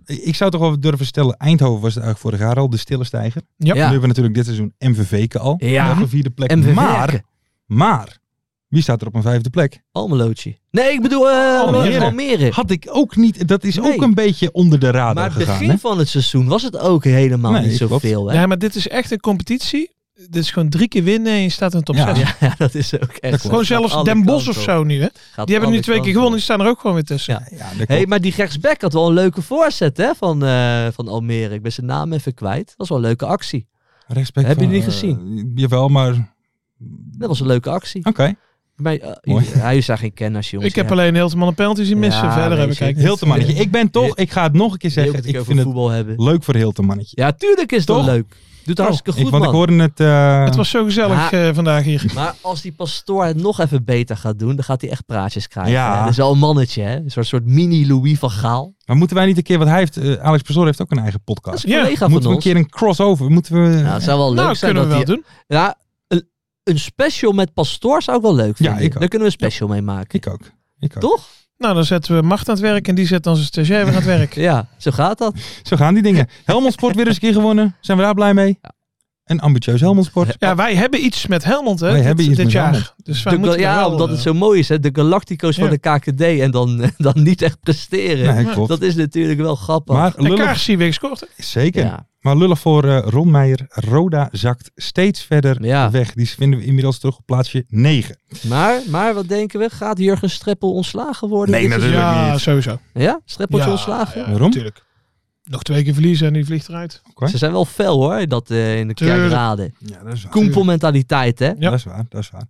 S4: Ik zou toch wel durven stellen, Eindhoven was het eigenlijk vorig jaar al de stille stijger.
S6: Ja.
S4: Nu hebben we natuurlijk dit seizoen MVV'ken al.
S5: Ja.
S4: Op een vierde plek.
S5: MVV.
S4: Maar, maar, wie staat er op een vijfde plek?
S5: Almelootje. Nee, ik bedoel
S6: Oh,
S5: eh, Almere.
S4: Almere. Had ik ook niet, dat is
S5: Nee.
S4: ook een beetje onder de radar
S5: Maar het
S4: gegaan.
S5: begin
S4: hè?
S5: van het seizoen was het ook helemaal
S4: Nee,
S5: niet
S4: klopt.
S5: zoveel. Hè?
S6: Ja, maar dit is echt een competitie. Dit is gewoon drie keer winnen en je staat in de top
S4: Ja.
S6: 6.
S5: Ja, dat is ook echt. zo.
S6: Gewoon
S5: Het gaat
S6: zelfs
S5: alle
S6: Den Bosch of
S5: kanten
S6: zo
S5: op.
S6: nu. Hè?
S5: Gaat
S6: Die hebben nu
S5: alle
S6: twee keer
S5: kanten op.
S6: gewonnen en die staan er ook gewoon weer tussen.
S5: Ja.
S4: Ja, dat klopt.
S5: Hé, hey, maar die rechtsback had wel een leuke voorzet hè, van, eh, van Almere. Ik ben zijn naam even kwijt. Dat was wel een leuke actie.
S4: Respect
S5: Heb je
S4: van,
S5: die
S4: eh,
S5: gezien?
S4: jawel, maar... Oké.
S5: Dat was een leuke actie. Maar, eh,
S4: Mooi.
S5: hij is daar geen kennis, jongens.
S6: Ik heb
S5: Ja.
S6: alleen heel veel een penalty zien missen.
S5: Ja,
S6: Verder heb
S5: weet
S6: ik
S5: je.
S6: eigenlijk
S4: Heel te mannetje. Ik ben toch, ik ga het nog een keer
S5: Heel goed
S4: zeggen,
S5: dat we
S4: ik
S5: over
S4: vind het
S5: voetbal hebben.
S4: leuk voor heel te mannetje.
S5: Ja, tuurlijk is dat
S4: Toch?
S5: leuk. Doet
S4: Oh,
S5: hartstikke goed,
S4: ik, Want
S5: man.
S4: ik hoorde het... eh,
S6: Het was zo gezellig
S5: Ja.
S6: eh, vandaag hier.
S5: Maar als die pastoor het nog even beter gaat doen, dan gaat hij echt praatjes krijgen.
S4: Ja.
S5: hè. Dat is wel een mannetje, hè? Een soort, soort mini-Louis van Gaal.
S4: Maar moeten wij niet een keer, want hij heeft, eh, Alex Pastoor heeft ook een eigen
S5: Dat is
S4: podcast.
S5: een
S6: Ja,
S5: collega
S4: Moeten
S5: van
S4: we een
S5: ons.
S4: keer een crossover? Moeten we...
S5: Nou, het zou wel leuk
S6: Nou,
S5: zijn
S6: kunnen we
S5: dat
S6: wel
S5: hij...
S6: doen.
S5: Ja, een, een special met pastoor zou ik wel leuk
S4: Ja,
S5: vinden.
S4: ik ook.
S5: Daar kunnen we een special mee maken.
S4: Ik ook. Ik ook.
S5: Toch?
S6: Nou, dan zetten we Macht aan het werk en die zet dan zijn stagiair weer aan het werk.
S5: Ja, zo gaat dat.
S4: Zo gaan die dingen. Helmond Sport weer eens een keer gewonnen. Zijn we daar blij mee? Een ambitieus Helmond Sport.
S6: Ja, wij hebben iets met Helmond hè,
S4: Wij
S6: dit,
S4: hebben iets
S6: dit
S4: met
S6: jaar.
S4: Helmond.
S6: Dus wij
S5: De,
S6: moeten
S5: ja,
S6: er wel,
S5: omdat het
S6: eh,
S5: zo mooi is, hè? De Galactico's van
S6: Ja.
S5: de KKD en dan, eh, dan niet echt presteren.
S4: Nee, klopt.
S5: dat is natuurlijk wel grappig.
S4: Maar
S6: En
S4: lullig,
S6: Kaars die weer gescoord. hè.
S4: zeker.
S5: Ja.
S4: Maar lullig voor eh Ron Meijer. Roda zakt steeds verder
S5: Ja.
S4: weg. Die vinden we inmiddels terug op plaatsje 9.
S5: Maar, maar wat denken we? Gaat Jurgen Streppel ontslagen worden? dit seizoen?
S6: ja, sowieso.
S5: Ja? Streppeltje
S6: Ja,
S5: ontslagen?
S6: ja,
S4: Waarom?
S6: Tuurlijk. Nog twee keer verliezen en die vliegt eruit.
S4: Hè?
S5: Ze zijn wel fel hoor, dat eh, in de
S6: Tuurlijk.
S5: kerkraden.
S4: Ja, dat is waar.
S5: Koempelmentaliteit hè?
S6: Ja.
S4: Dat is waar. Dat is waar.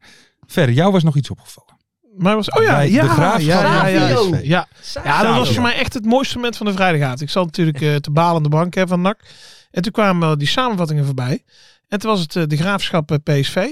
S4: Ver, jou was nog iets opgevallen.
S6: Maar was, oh ja,
S4: Bij
S6: ja,
S4: de Graafschap
S6: ja, ja, ja,
S5: Savio.
S6: ja, ja. Ja, dat was
S4: Savio.
S6: voor mij echt het mooiste moment van de vrijdagavond. Ik zat natuurlijk eh, te balen aan de bank hè, van NAC. En toen kwamen eh, die samenvattingen voorbij. En toen was het eh, de graafschap eh, PSV.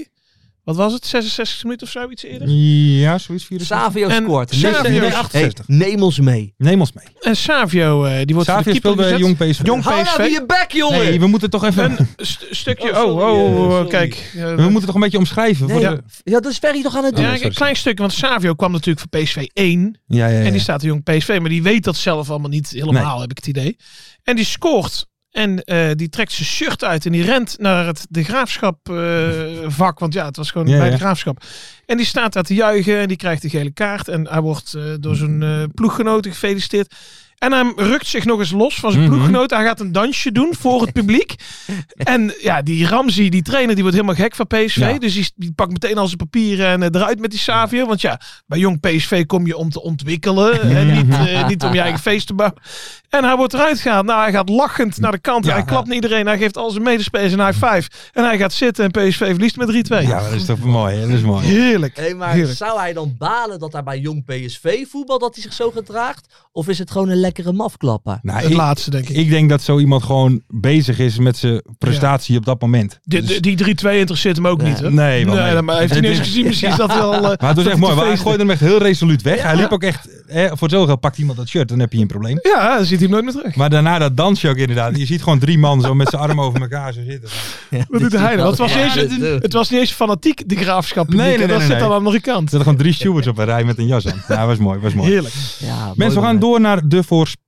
S6: Wat was het? 66 minuten of zo, iets eerder?
S4: Mm. Ja, zoiets. 64.
S5: Savio
S6: En
S5: scoort.
S6: Savio-
S5: Nee,
S4: Nee,
S6: Hey,
S4: 68.
S5: Hey, neem ons mee.
S4: Neem ons mee.
S6: En Savio, eh, die wordt voor de
S4: Savio
S6: keeper
S4: speelt bij
S6: gezet.
S4: Jong PSV.
S6: Jong
S5: Hou nou
S6: PSV.
S5: je bek, jongen!
S4: Nee, we moeten toch even...
S6: Een st- stukje,
S5: Oh,
S6: oh,
S5: sorry,
S6: oh,
S5: eh,
S6: oh,
S5: sorry.
S6: kijk. eh,
S4: We moeten Oh, toch een beetje omschrijven.
S5: Nee,
S4: voor
S5: ja.
S4: de-
S5: Ja, dat is Ferry toch aan het doen.
S6: ja, een klein stukje, want Savio kwam natuurlijk voor PSV 1.
S4: ja, ja, ja.
S6: En die staat de jong PSV, maar die weet dat zelf allemaal niet helemaal, heb ik het idee. En die scoort. En eh, die trekt zijn shirt uit en die rent naar het de graafschap eh, vak. Want ja, het was gewoon
S4: Ja,
S6: bij
S4: ja.
S6: de graafschap. En die staat daar te juichen en die krijgt de gele kaart. En hij wordt eh, door zijn eh ploeggenoten gefeliciteerd. En hij rukt zich nog eens los van zijn
S4: Mhm.
S6: ploeggenoot. Hij gaat een dansje doen voor het publiek. En ja, die Ramzi, die trainer, die wordt helemaal gek van PSV.
S4: Ja.
S6: Dus die, die pakt meteen al zijn papieren en eh, eruit met die Savio. Want ja, bij jong PSV kom je om te ontwikkelen. hè, niet, eh, niet om je eigen feest te bouwen. En hij wordt eruit gehaald. Nou, hij gaat lachend naar de kant. Hij klapt naar iedereen. Hij geeft al zijn medespelers een high five. En hij gaat zitten en PSV verliest met 3-2.
S4: Ja, dat is toch mooi. hè? Dat is mooi.
S6: Heerlijk.
S5: Hé, maar
S6: Heerlijk.
S5: zou hij dan balen dat hij bij jong PSV voetbal dat hij zich zo gedraagt? Of is het gewoon een lekkere mafklapper?
S4: Nou,
S6: Het
S4: ik,
S6: laatste, denk ik.
S4: ik denk dat zo iemand gewoon bezig is met zijn prestatie op dat moment.
S6: Die-
S4: Dus-
S6: die die 3-2 interesseert hem ook
S5: Nee.
S6: niet. Hè?
S4: Nee, want nee.
S6: maar heeft hij niet
S4: Het
S6: eens gezien. Misschien is dat wel... eh,
S4: Maar het was echt
S6: hij
S4: mooi.
S6: te
S4: want Hij
S6: feest
S4: gooide hem echt heel resoluut weg. Hij liep ook echt... Hè, voor hetzelfde geld pakt iemand dat shirt, dan heb je een probleem.
S6: Ja, dan ziet hij hem nooit meer terug.
S4: Maar daarna dat dansje ook inderdaad. Je ziet gewoon drie man zo met zijn armen over elkaar zo zitten.
S6: Wat doet hij nou? Het was,
S5: Ja,
S6: niet eens,
S5: dit, eh.
S6: het was niet eens fanatiek, de graafschap.
S4: Nee, nee, nee,
S6: Dat
S4: nee,
S6: zit
S4: nee.
S6: aan de andere kant.
S4: Er zaten gewoon drie stewards op een rij met een jas aan. Ja, was mooi, was mooi.
S6: Heerlijk.
S5: Ja, mooi
S4: Mensen, we gaan
S5: moment.
S4: door naar de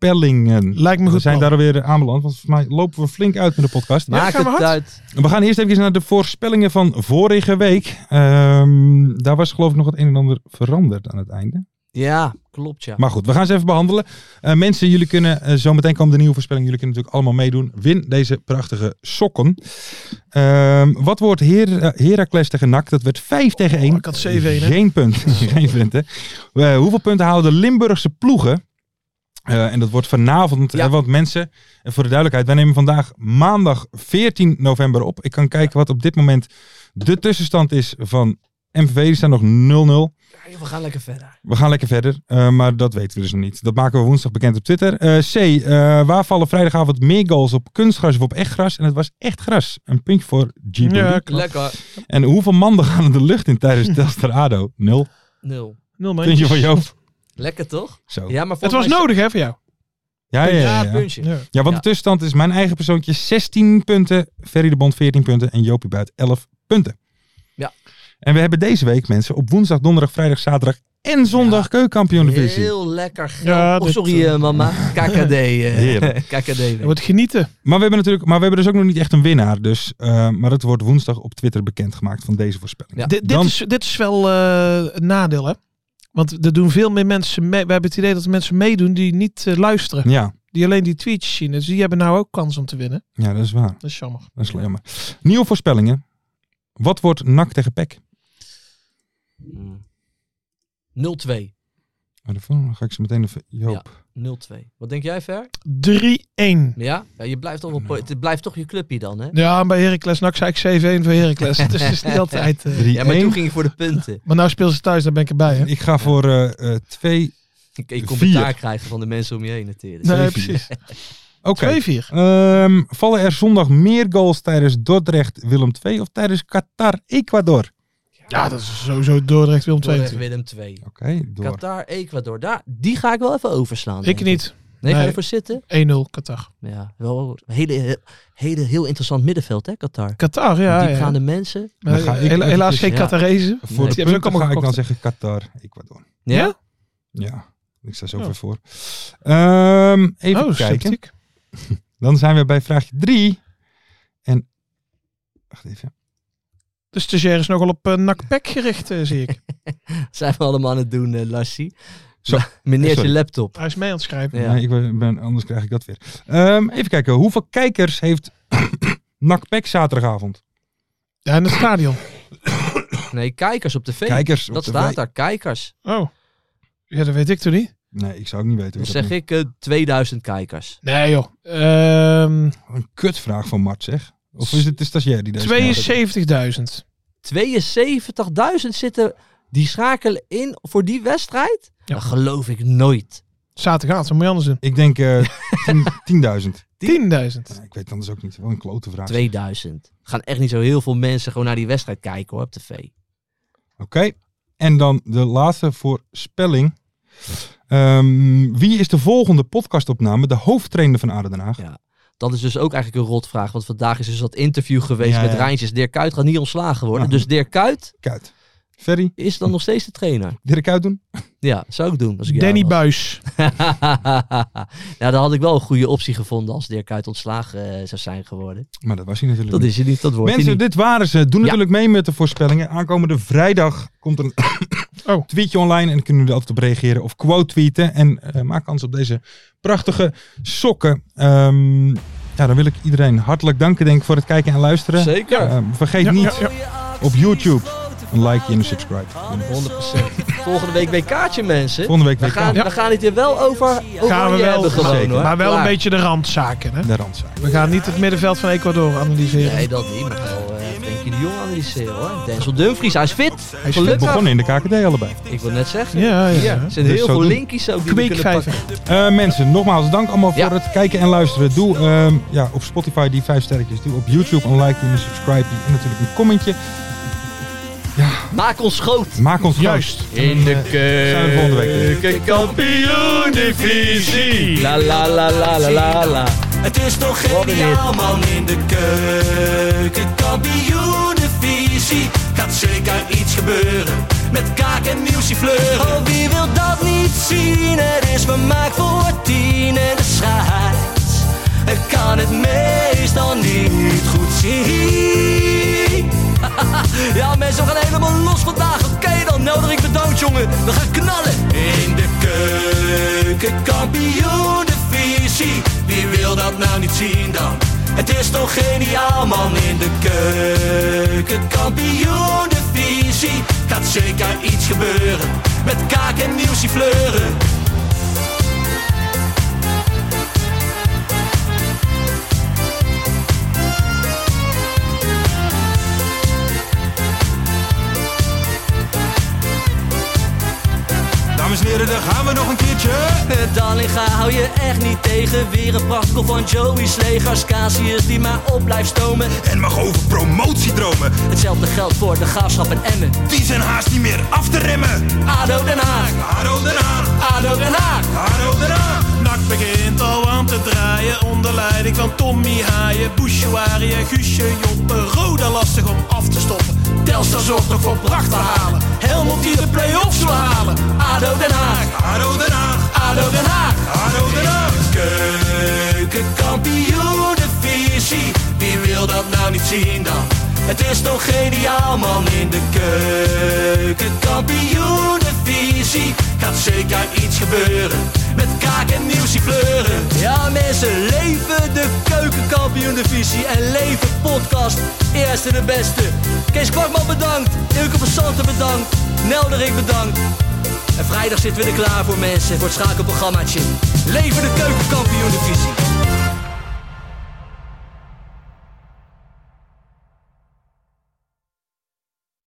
S4: voorspellingen.
S6: Lijkt me
S4: We
S6: goed.
S4: zijn
S6: plan.
S4: daar alweer aanbeland, want volgens mij lopen we flink uit met de podcast.
S6: Ja,
S5: Maak
S6: ga maar
S5: het
S6: hard.
S5: uit.
S4: We gaan eerst even naar de voorspellingen van vorige week. Ehm, daar was geloof ik nog het een en ander veranderd aan het einde.
S5: Ja, klopt ja.
S4: Maar goed, we gaan ze even behandelen. Eh, mensen, jullie kunnen eh, zo meteen komen de nieuwe voorspellingen. Jullie kunnen natuurlijk allemaal meedoen. Win deze prachtige sokken. Ehm, wat wordt Her eh, Heracles tegen NAC? Dat werd 5 tegen 1.
S6: Oh, ik had 7-1, hè?
S4: Geen punt. Geen punt, hè? Eh, hoeveel punten houden de Limburgse ploegen? Eh, en dat wordt vanavond,
S5: Ja.
S4: eh, want mensen, en voor de duidelijkheid, wij nemen vandaag maandag 14 november op. Ik kan kijken wat op dit moment de tussenstand is van MVV. Die staan nog 0-0.
S5: Ja, We gaan lekker verder.
S4: We gaan lekker verder, eh, maar dat weten we dus nog niet. Dat maken we woensdag bekend op Twitter. Eh, C, eh, waar vallen vrijdagavond meer goals op kunstgras of op echt gras? En het was echt gras. Een puntje voor G.
S6: Ja,
S4: Bully.
S6: klopt.
S5: Lekker.
S4: En hoeveel mannen gaan de lucht in tijdens Telstar ADO? Nul.
S5: Nul.
S6: Nul muntjes.
S4: Puntje voor Joop.
S5: Lekker toch?
S4: Zo. Ja,
S5: Ja, maar
S6: Het
S5: volgens
S6: was
S5: mij-
S6: nodig, hè, voor jou.
S4: ja, ja. ja,
S5: Ja, puntje.
S4: Ja, want
S5: Ja.
S4: de tussenstand is mijn eigen persoontje 16 punten, Ferry de Bond 14 punten en Jopie Buit 11 punten.
S5: Ja.
S4: En we hebben deze week, mensen, op woensdag, donderdag, vrijdag, zaterdag en zondag
S5: Ja.
S4: keukenkampioen divisie.
S5: Heel lekker geld.
S6: Ja,
S5: oh,
S6: dit,
S5: sorry eh, mama. KKD. eh,
S4: Heerlijk.
S5: KKD.
S6: Je wordt genieten.
S4: Maar we hebben natuurlijk, maar we hebben dus ook nog niet echt een winnaar. Dus, eh, maar dat wordt woensdag op Twitter bekendgemaakt van deze voorspelling.
S5: Ja.
S6: Dit- dit,
S4: Dan-
S6: is, dit is wel eh, een nadeel, hè? Want er doen veel meer mensen mee. We hebben het idee dat er mensen meedoen die niet eh, luisteren.
S4: Ja,
S6: Die alleen die tweetjes zien. Dus die hebben nou ook kans om te winnen.
S4: ja, dat is waar.
S6: Dat is jammer.
S4: Dat is wel jammer. Nieuwe voorspellingen. Wat wordt NAC tegen PEC?
S5: Mm. 0-2.
S4: Maar daarvoor Oh, ga ik ze meteen even... Joop.
S5: 0-2. Wat denk jij, Ver?
S6: 3-1.
S5: Ja? ja je blijft toch wel po- het blijft toch je clubje dan, hè?
S6: Ja, en bij Heracles NAC zei ik 7-1 voor Heracles. dus het is niet altijd... eh,
S4: 3-1.
S5: Ja, maar toen ging ik voor de punten.
S6: Maar nou speel ze thuis, daar ben ik erbij, hè?
S4: Ik ga voor eh, eh, twee...
S5: Ik, ik
S4: Vier.
S5: commentaar krijgen van de mensen om je heen natuurlijk.
S6: Nee,
S4: zeven.
S6: precies.
S4: Oké.
S6: 2-4.
S4: Ehm, vallen er zondag meer goals tijdens Dordrecht Willem II of tijdens Qatar Ecuador?
S6: Ja, dat is sowieso Dordrecht Willem 2.
S5: Dordrecht,
S6: natuurlijk.
S5: Willem 2.
S4: Oké, door.
S5: Qatar, Ecuador. Daar, die ga ik wel even overslaan. denk
S6: Ik niet.
S5: Nee, ga je
S6: Nee.
S5: ervoor zitten?
S6: 1-0 Qatar.
S5: Ja, wel een hele, hele, heel interessant middenveld, hè, Qatar.
S6: Qatar, ja. ja.
S5: Diepgaande mensen.
S6: Maar
S4: Dan ga ik
S6: hela- helaas
S4: eventjes-
S6: geen
S5: Ja.
S6: Qatarezen.
S4: Voor
S5: Nee,
S4: de
S6: die hebben ze ook
S4: punten
S6: allemaal
S4: ga ik dan
S6: gekocht,
S4: zeggen Qatar Ecuador.
S5: Ja?
S6: Ja?
S4: Ja, ik sta zoveel
S6: Oh.
S4: voor. Ehm, even
S6: Oh,
S4: kijken.
S6: sympathiek.
S4: Dan zijn we bij vraagje 3. En. Wacht even.
S6: De stagiair is nogal op uh, nakpek gericht, eh, zie ik.
S5: Zijn we allemaal aan het doen, eh, Lassie.
S4: Zo.
S5: Maar- Meneer,
S4: Sorry.
S5: je laptop.
S6: Hij is mee aan het schrijven.
S5: Ja.
S4: Nee, ik ben- ben, anders krijg ik dat weer. Ehm, even kijken. Hoeveel kijkers heeft NACPEC zaterdagavond?
S6: Ja, in het stadion.
S5: Nee, kijkers op tv.
S4: Kijkers. op
S5: dat
S4: de
S5: staat
S4: wei-
S5: daar, kijkers.
S6: Oh. Ja, dat weet ik toch niet?
S4: Nee, ik zou ook niet weten.
S5: Dan
S4: hoe
S5: zeg
S4: dat
S5: ik eh, 2000 kijkers.
S6: Nee, joh. Ehm,
S4: moet. Een kutvraag van Mart, zeg. Of is het de stagiair die deze vraag heeft?
S6: 72.000.
S5: 72.000 zitten, die schakelen in voor die wedstrijd? Dat geloof ik nooit.
S6: Zaterdagavond, dan moet je anders doen.
S4: Ik denk eh, tien- 10.000.
S6: 10.000.
S4: Ja, ik weet het anders ook niet. Wel een klote vraag.
S5: 2000. Gaan echt niet zo heel veel mensen gewoon naar die wedstrijd kijken hoor, op tv.
S4: En dan de laatste voorspelling. Ehm, wie is de volgende podcastopname de hoofdtrainer van ADO Den Haag?
S5: Ja. Dat is dus ook eigenlijk een rotvraag. Want vandaag is dus dat interview geweest
S4: Ja,
S5: met
S4: ja.
S5: Rijntjes. Dirk Kuyt gaat niet ontslagen worden.
S4: Ja.
S5: Dus Dirk Kuyt
S4: Kuit. Ferry,
S5: is dan nog steeds de trainer.
S4: Dirk Kuit doen?
S5: Ja, zou ik doen. Als ik jou
S6: Danny
S5: was.
S6: Buis.
S5: ja, dan had ik wel een goede optie gevonden als Dirk Kuyt ontslagen eh, zou zijn geworden.
S4: Maar dat was hij natuurlijk
S5: Dat
S4: niet.
S5: is je niet, dat wordt hij
S4: Hmm. Mensen,
S5: niet.
S4: dit waren ze. Doe
S5: Ja.
S4: natuurlijk mee met de voorspellingen. Aankomende vrijdag komt er een
S6: Oh.
S4: tweetje online. En dan kunnen jullie altijd op reageren of quote tweeten. En eh, maak kans op deze prachtige sokken. Ehm, ja, dan wil ik iedereen hartelijk danken denk ik, voor het kijken en luisteren.
S5: Zeker.
S4: Ehm, vergeet
S6: Ja,
S4: niet
S6: ja,
S4: op YouTube een like en een subscribe.
S5: 100%. Volgende week WK'tje, mensen.
S4: Volgende week
S5: We
S4: weer
S5: gaan,
S4: gaan.
S6: Ja.
S5: we gaan het hier wel over, over
S6: Gaan we
S5: je
S6: wel.
S5: hebben gewoon,
S4: Zeker.
S5: hoor.
S6: Maar wel een
S5: Klaar.
S6: beetje de randzaken. Hè?
S4: De randzaak.
S6: We gaan niet het middenveld van Ecuador analyseren.
S5: Nee, dat niet. Maar wel eh Frenkie de Jong analyseren, hoor. Denzel Dumfries, hij is fit.
S6: Hij is
S4: We
S5: Gelukkig.
S4: begonnen in de KKD allebei.
S5: Ik wil net zeggen.
S6: Ja, ja.
S5: Ja, er zijn
S4: Dus
S5: heel
S4: zo
S5: veel
S4: doen.
S5: linkies ook die we kunnen
S6: Kweekvijver.
S5: pakken.
S4: Eh, mensen, nogmaals dank allemaal
S5: Ja.
S4: voor het kijken en luisteren. Doe ehm, ja, op Spotify die vijf sterretjes. Doe op YouTube een like en een subscribe. En natuurlijk een commentje.
S5: Maak ons groot.
S4: Maak ons
S6: Juist.
S5: In de
S4: Zijn we volgende week weer.
S5: keukenkampioen
S6: é
S5: divisie. La la la la la la la.
S2: Het is toch
S5: Wat een
S2: geniaal man in de keuken Kampioenenvisie Gaat zeker iets gebeuren Met kaak en muziek fleuren Oh wie wil dat niet zien Het is vermaakt voor tien en de scheids Ik kan het meestal niet goed zien ja, mensen, we gaan helemaal los vandaag. Oké dan, nodig ik bedankt, jongen. We gaan knallen. In de keuken, kampioen, de visie. Wie wil dat nou niet zien dan? Het is toch geniaal, man. In de keuken, kampioen, de visie. Gaat zeker iets gebeuren. Met kaak en nieuwsie fleuren.
S3: Dames en heren, daar gaan we nog een keertje.
S2: Dallinga hou je echt niet tegen. Weer een prachtkel van Joey's legers. Casius die maar op blijft stomen.
S3: En mag over promotie dromen.
S2: Hetzelfde geldt voor de graafschap en Emmen.
S3: Die zijn haast niet meer af te remmen.
S2: ADO Den Haag,
S3: Haro eraan,
S2: ADO Den Haag.
S3: haro eraan.
S6: Nak begint al aan te draaien onder leiding van Tommy Haaien, Bouchouari en Guusje Joppen. Roda lastig om af te stoppen.
S2: Telstar zorgt nog voor pracht te halen. Helmond die de play-offs wil halen. ADO Den Haag,
S3: Haro eraan,
S2: ADO Den Haag.
S3: haro eraan.
S2: Keukenkampioenenvisie, wie wil dat nou niet zien dan? Het is toch geniaal man in de keukenkampioenenvisie. Gaat zeker iets gebeuren, met kaak en nieuwsie kleuren. Ja mensen, leven de keukenkampioenenvisie en leven podcast. Eerste de beste. Kees Kwakman bedankt, Ilke van Santen bedankt, Nelderik bedankt. En vrijdag zitten we er klaar voor mensen, voor het schakelprogrammaatje. Leven de keukenkampioen divisie.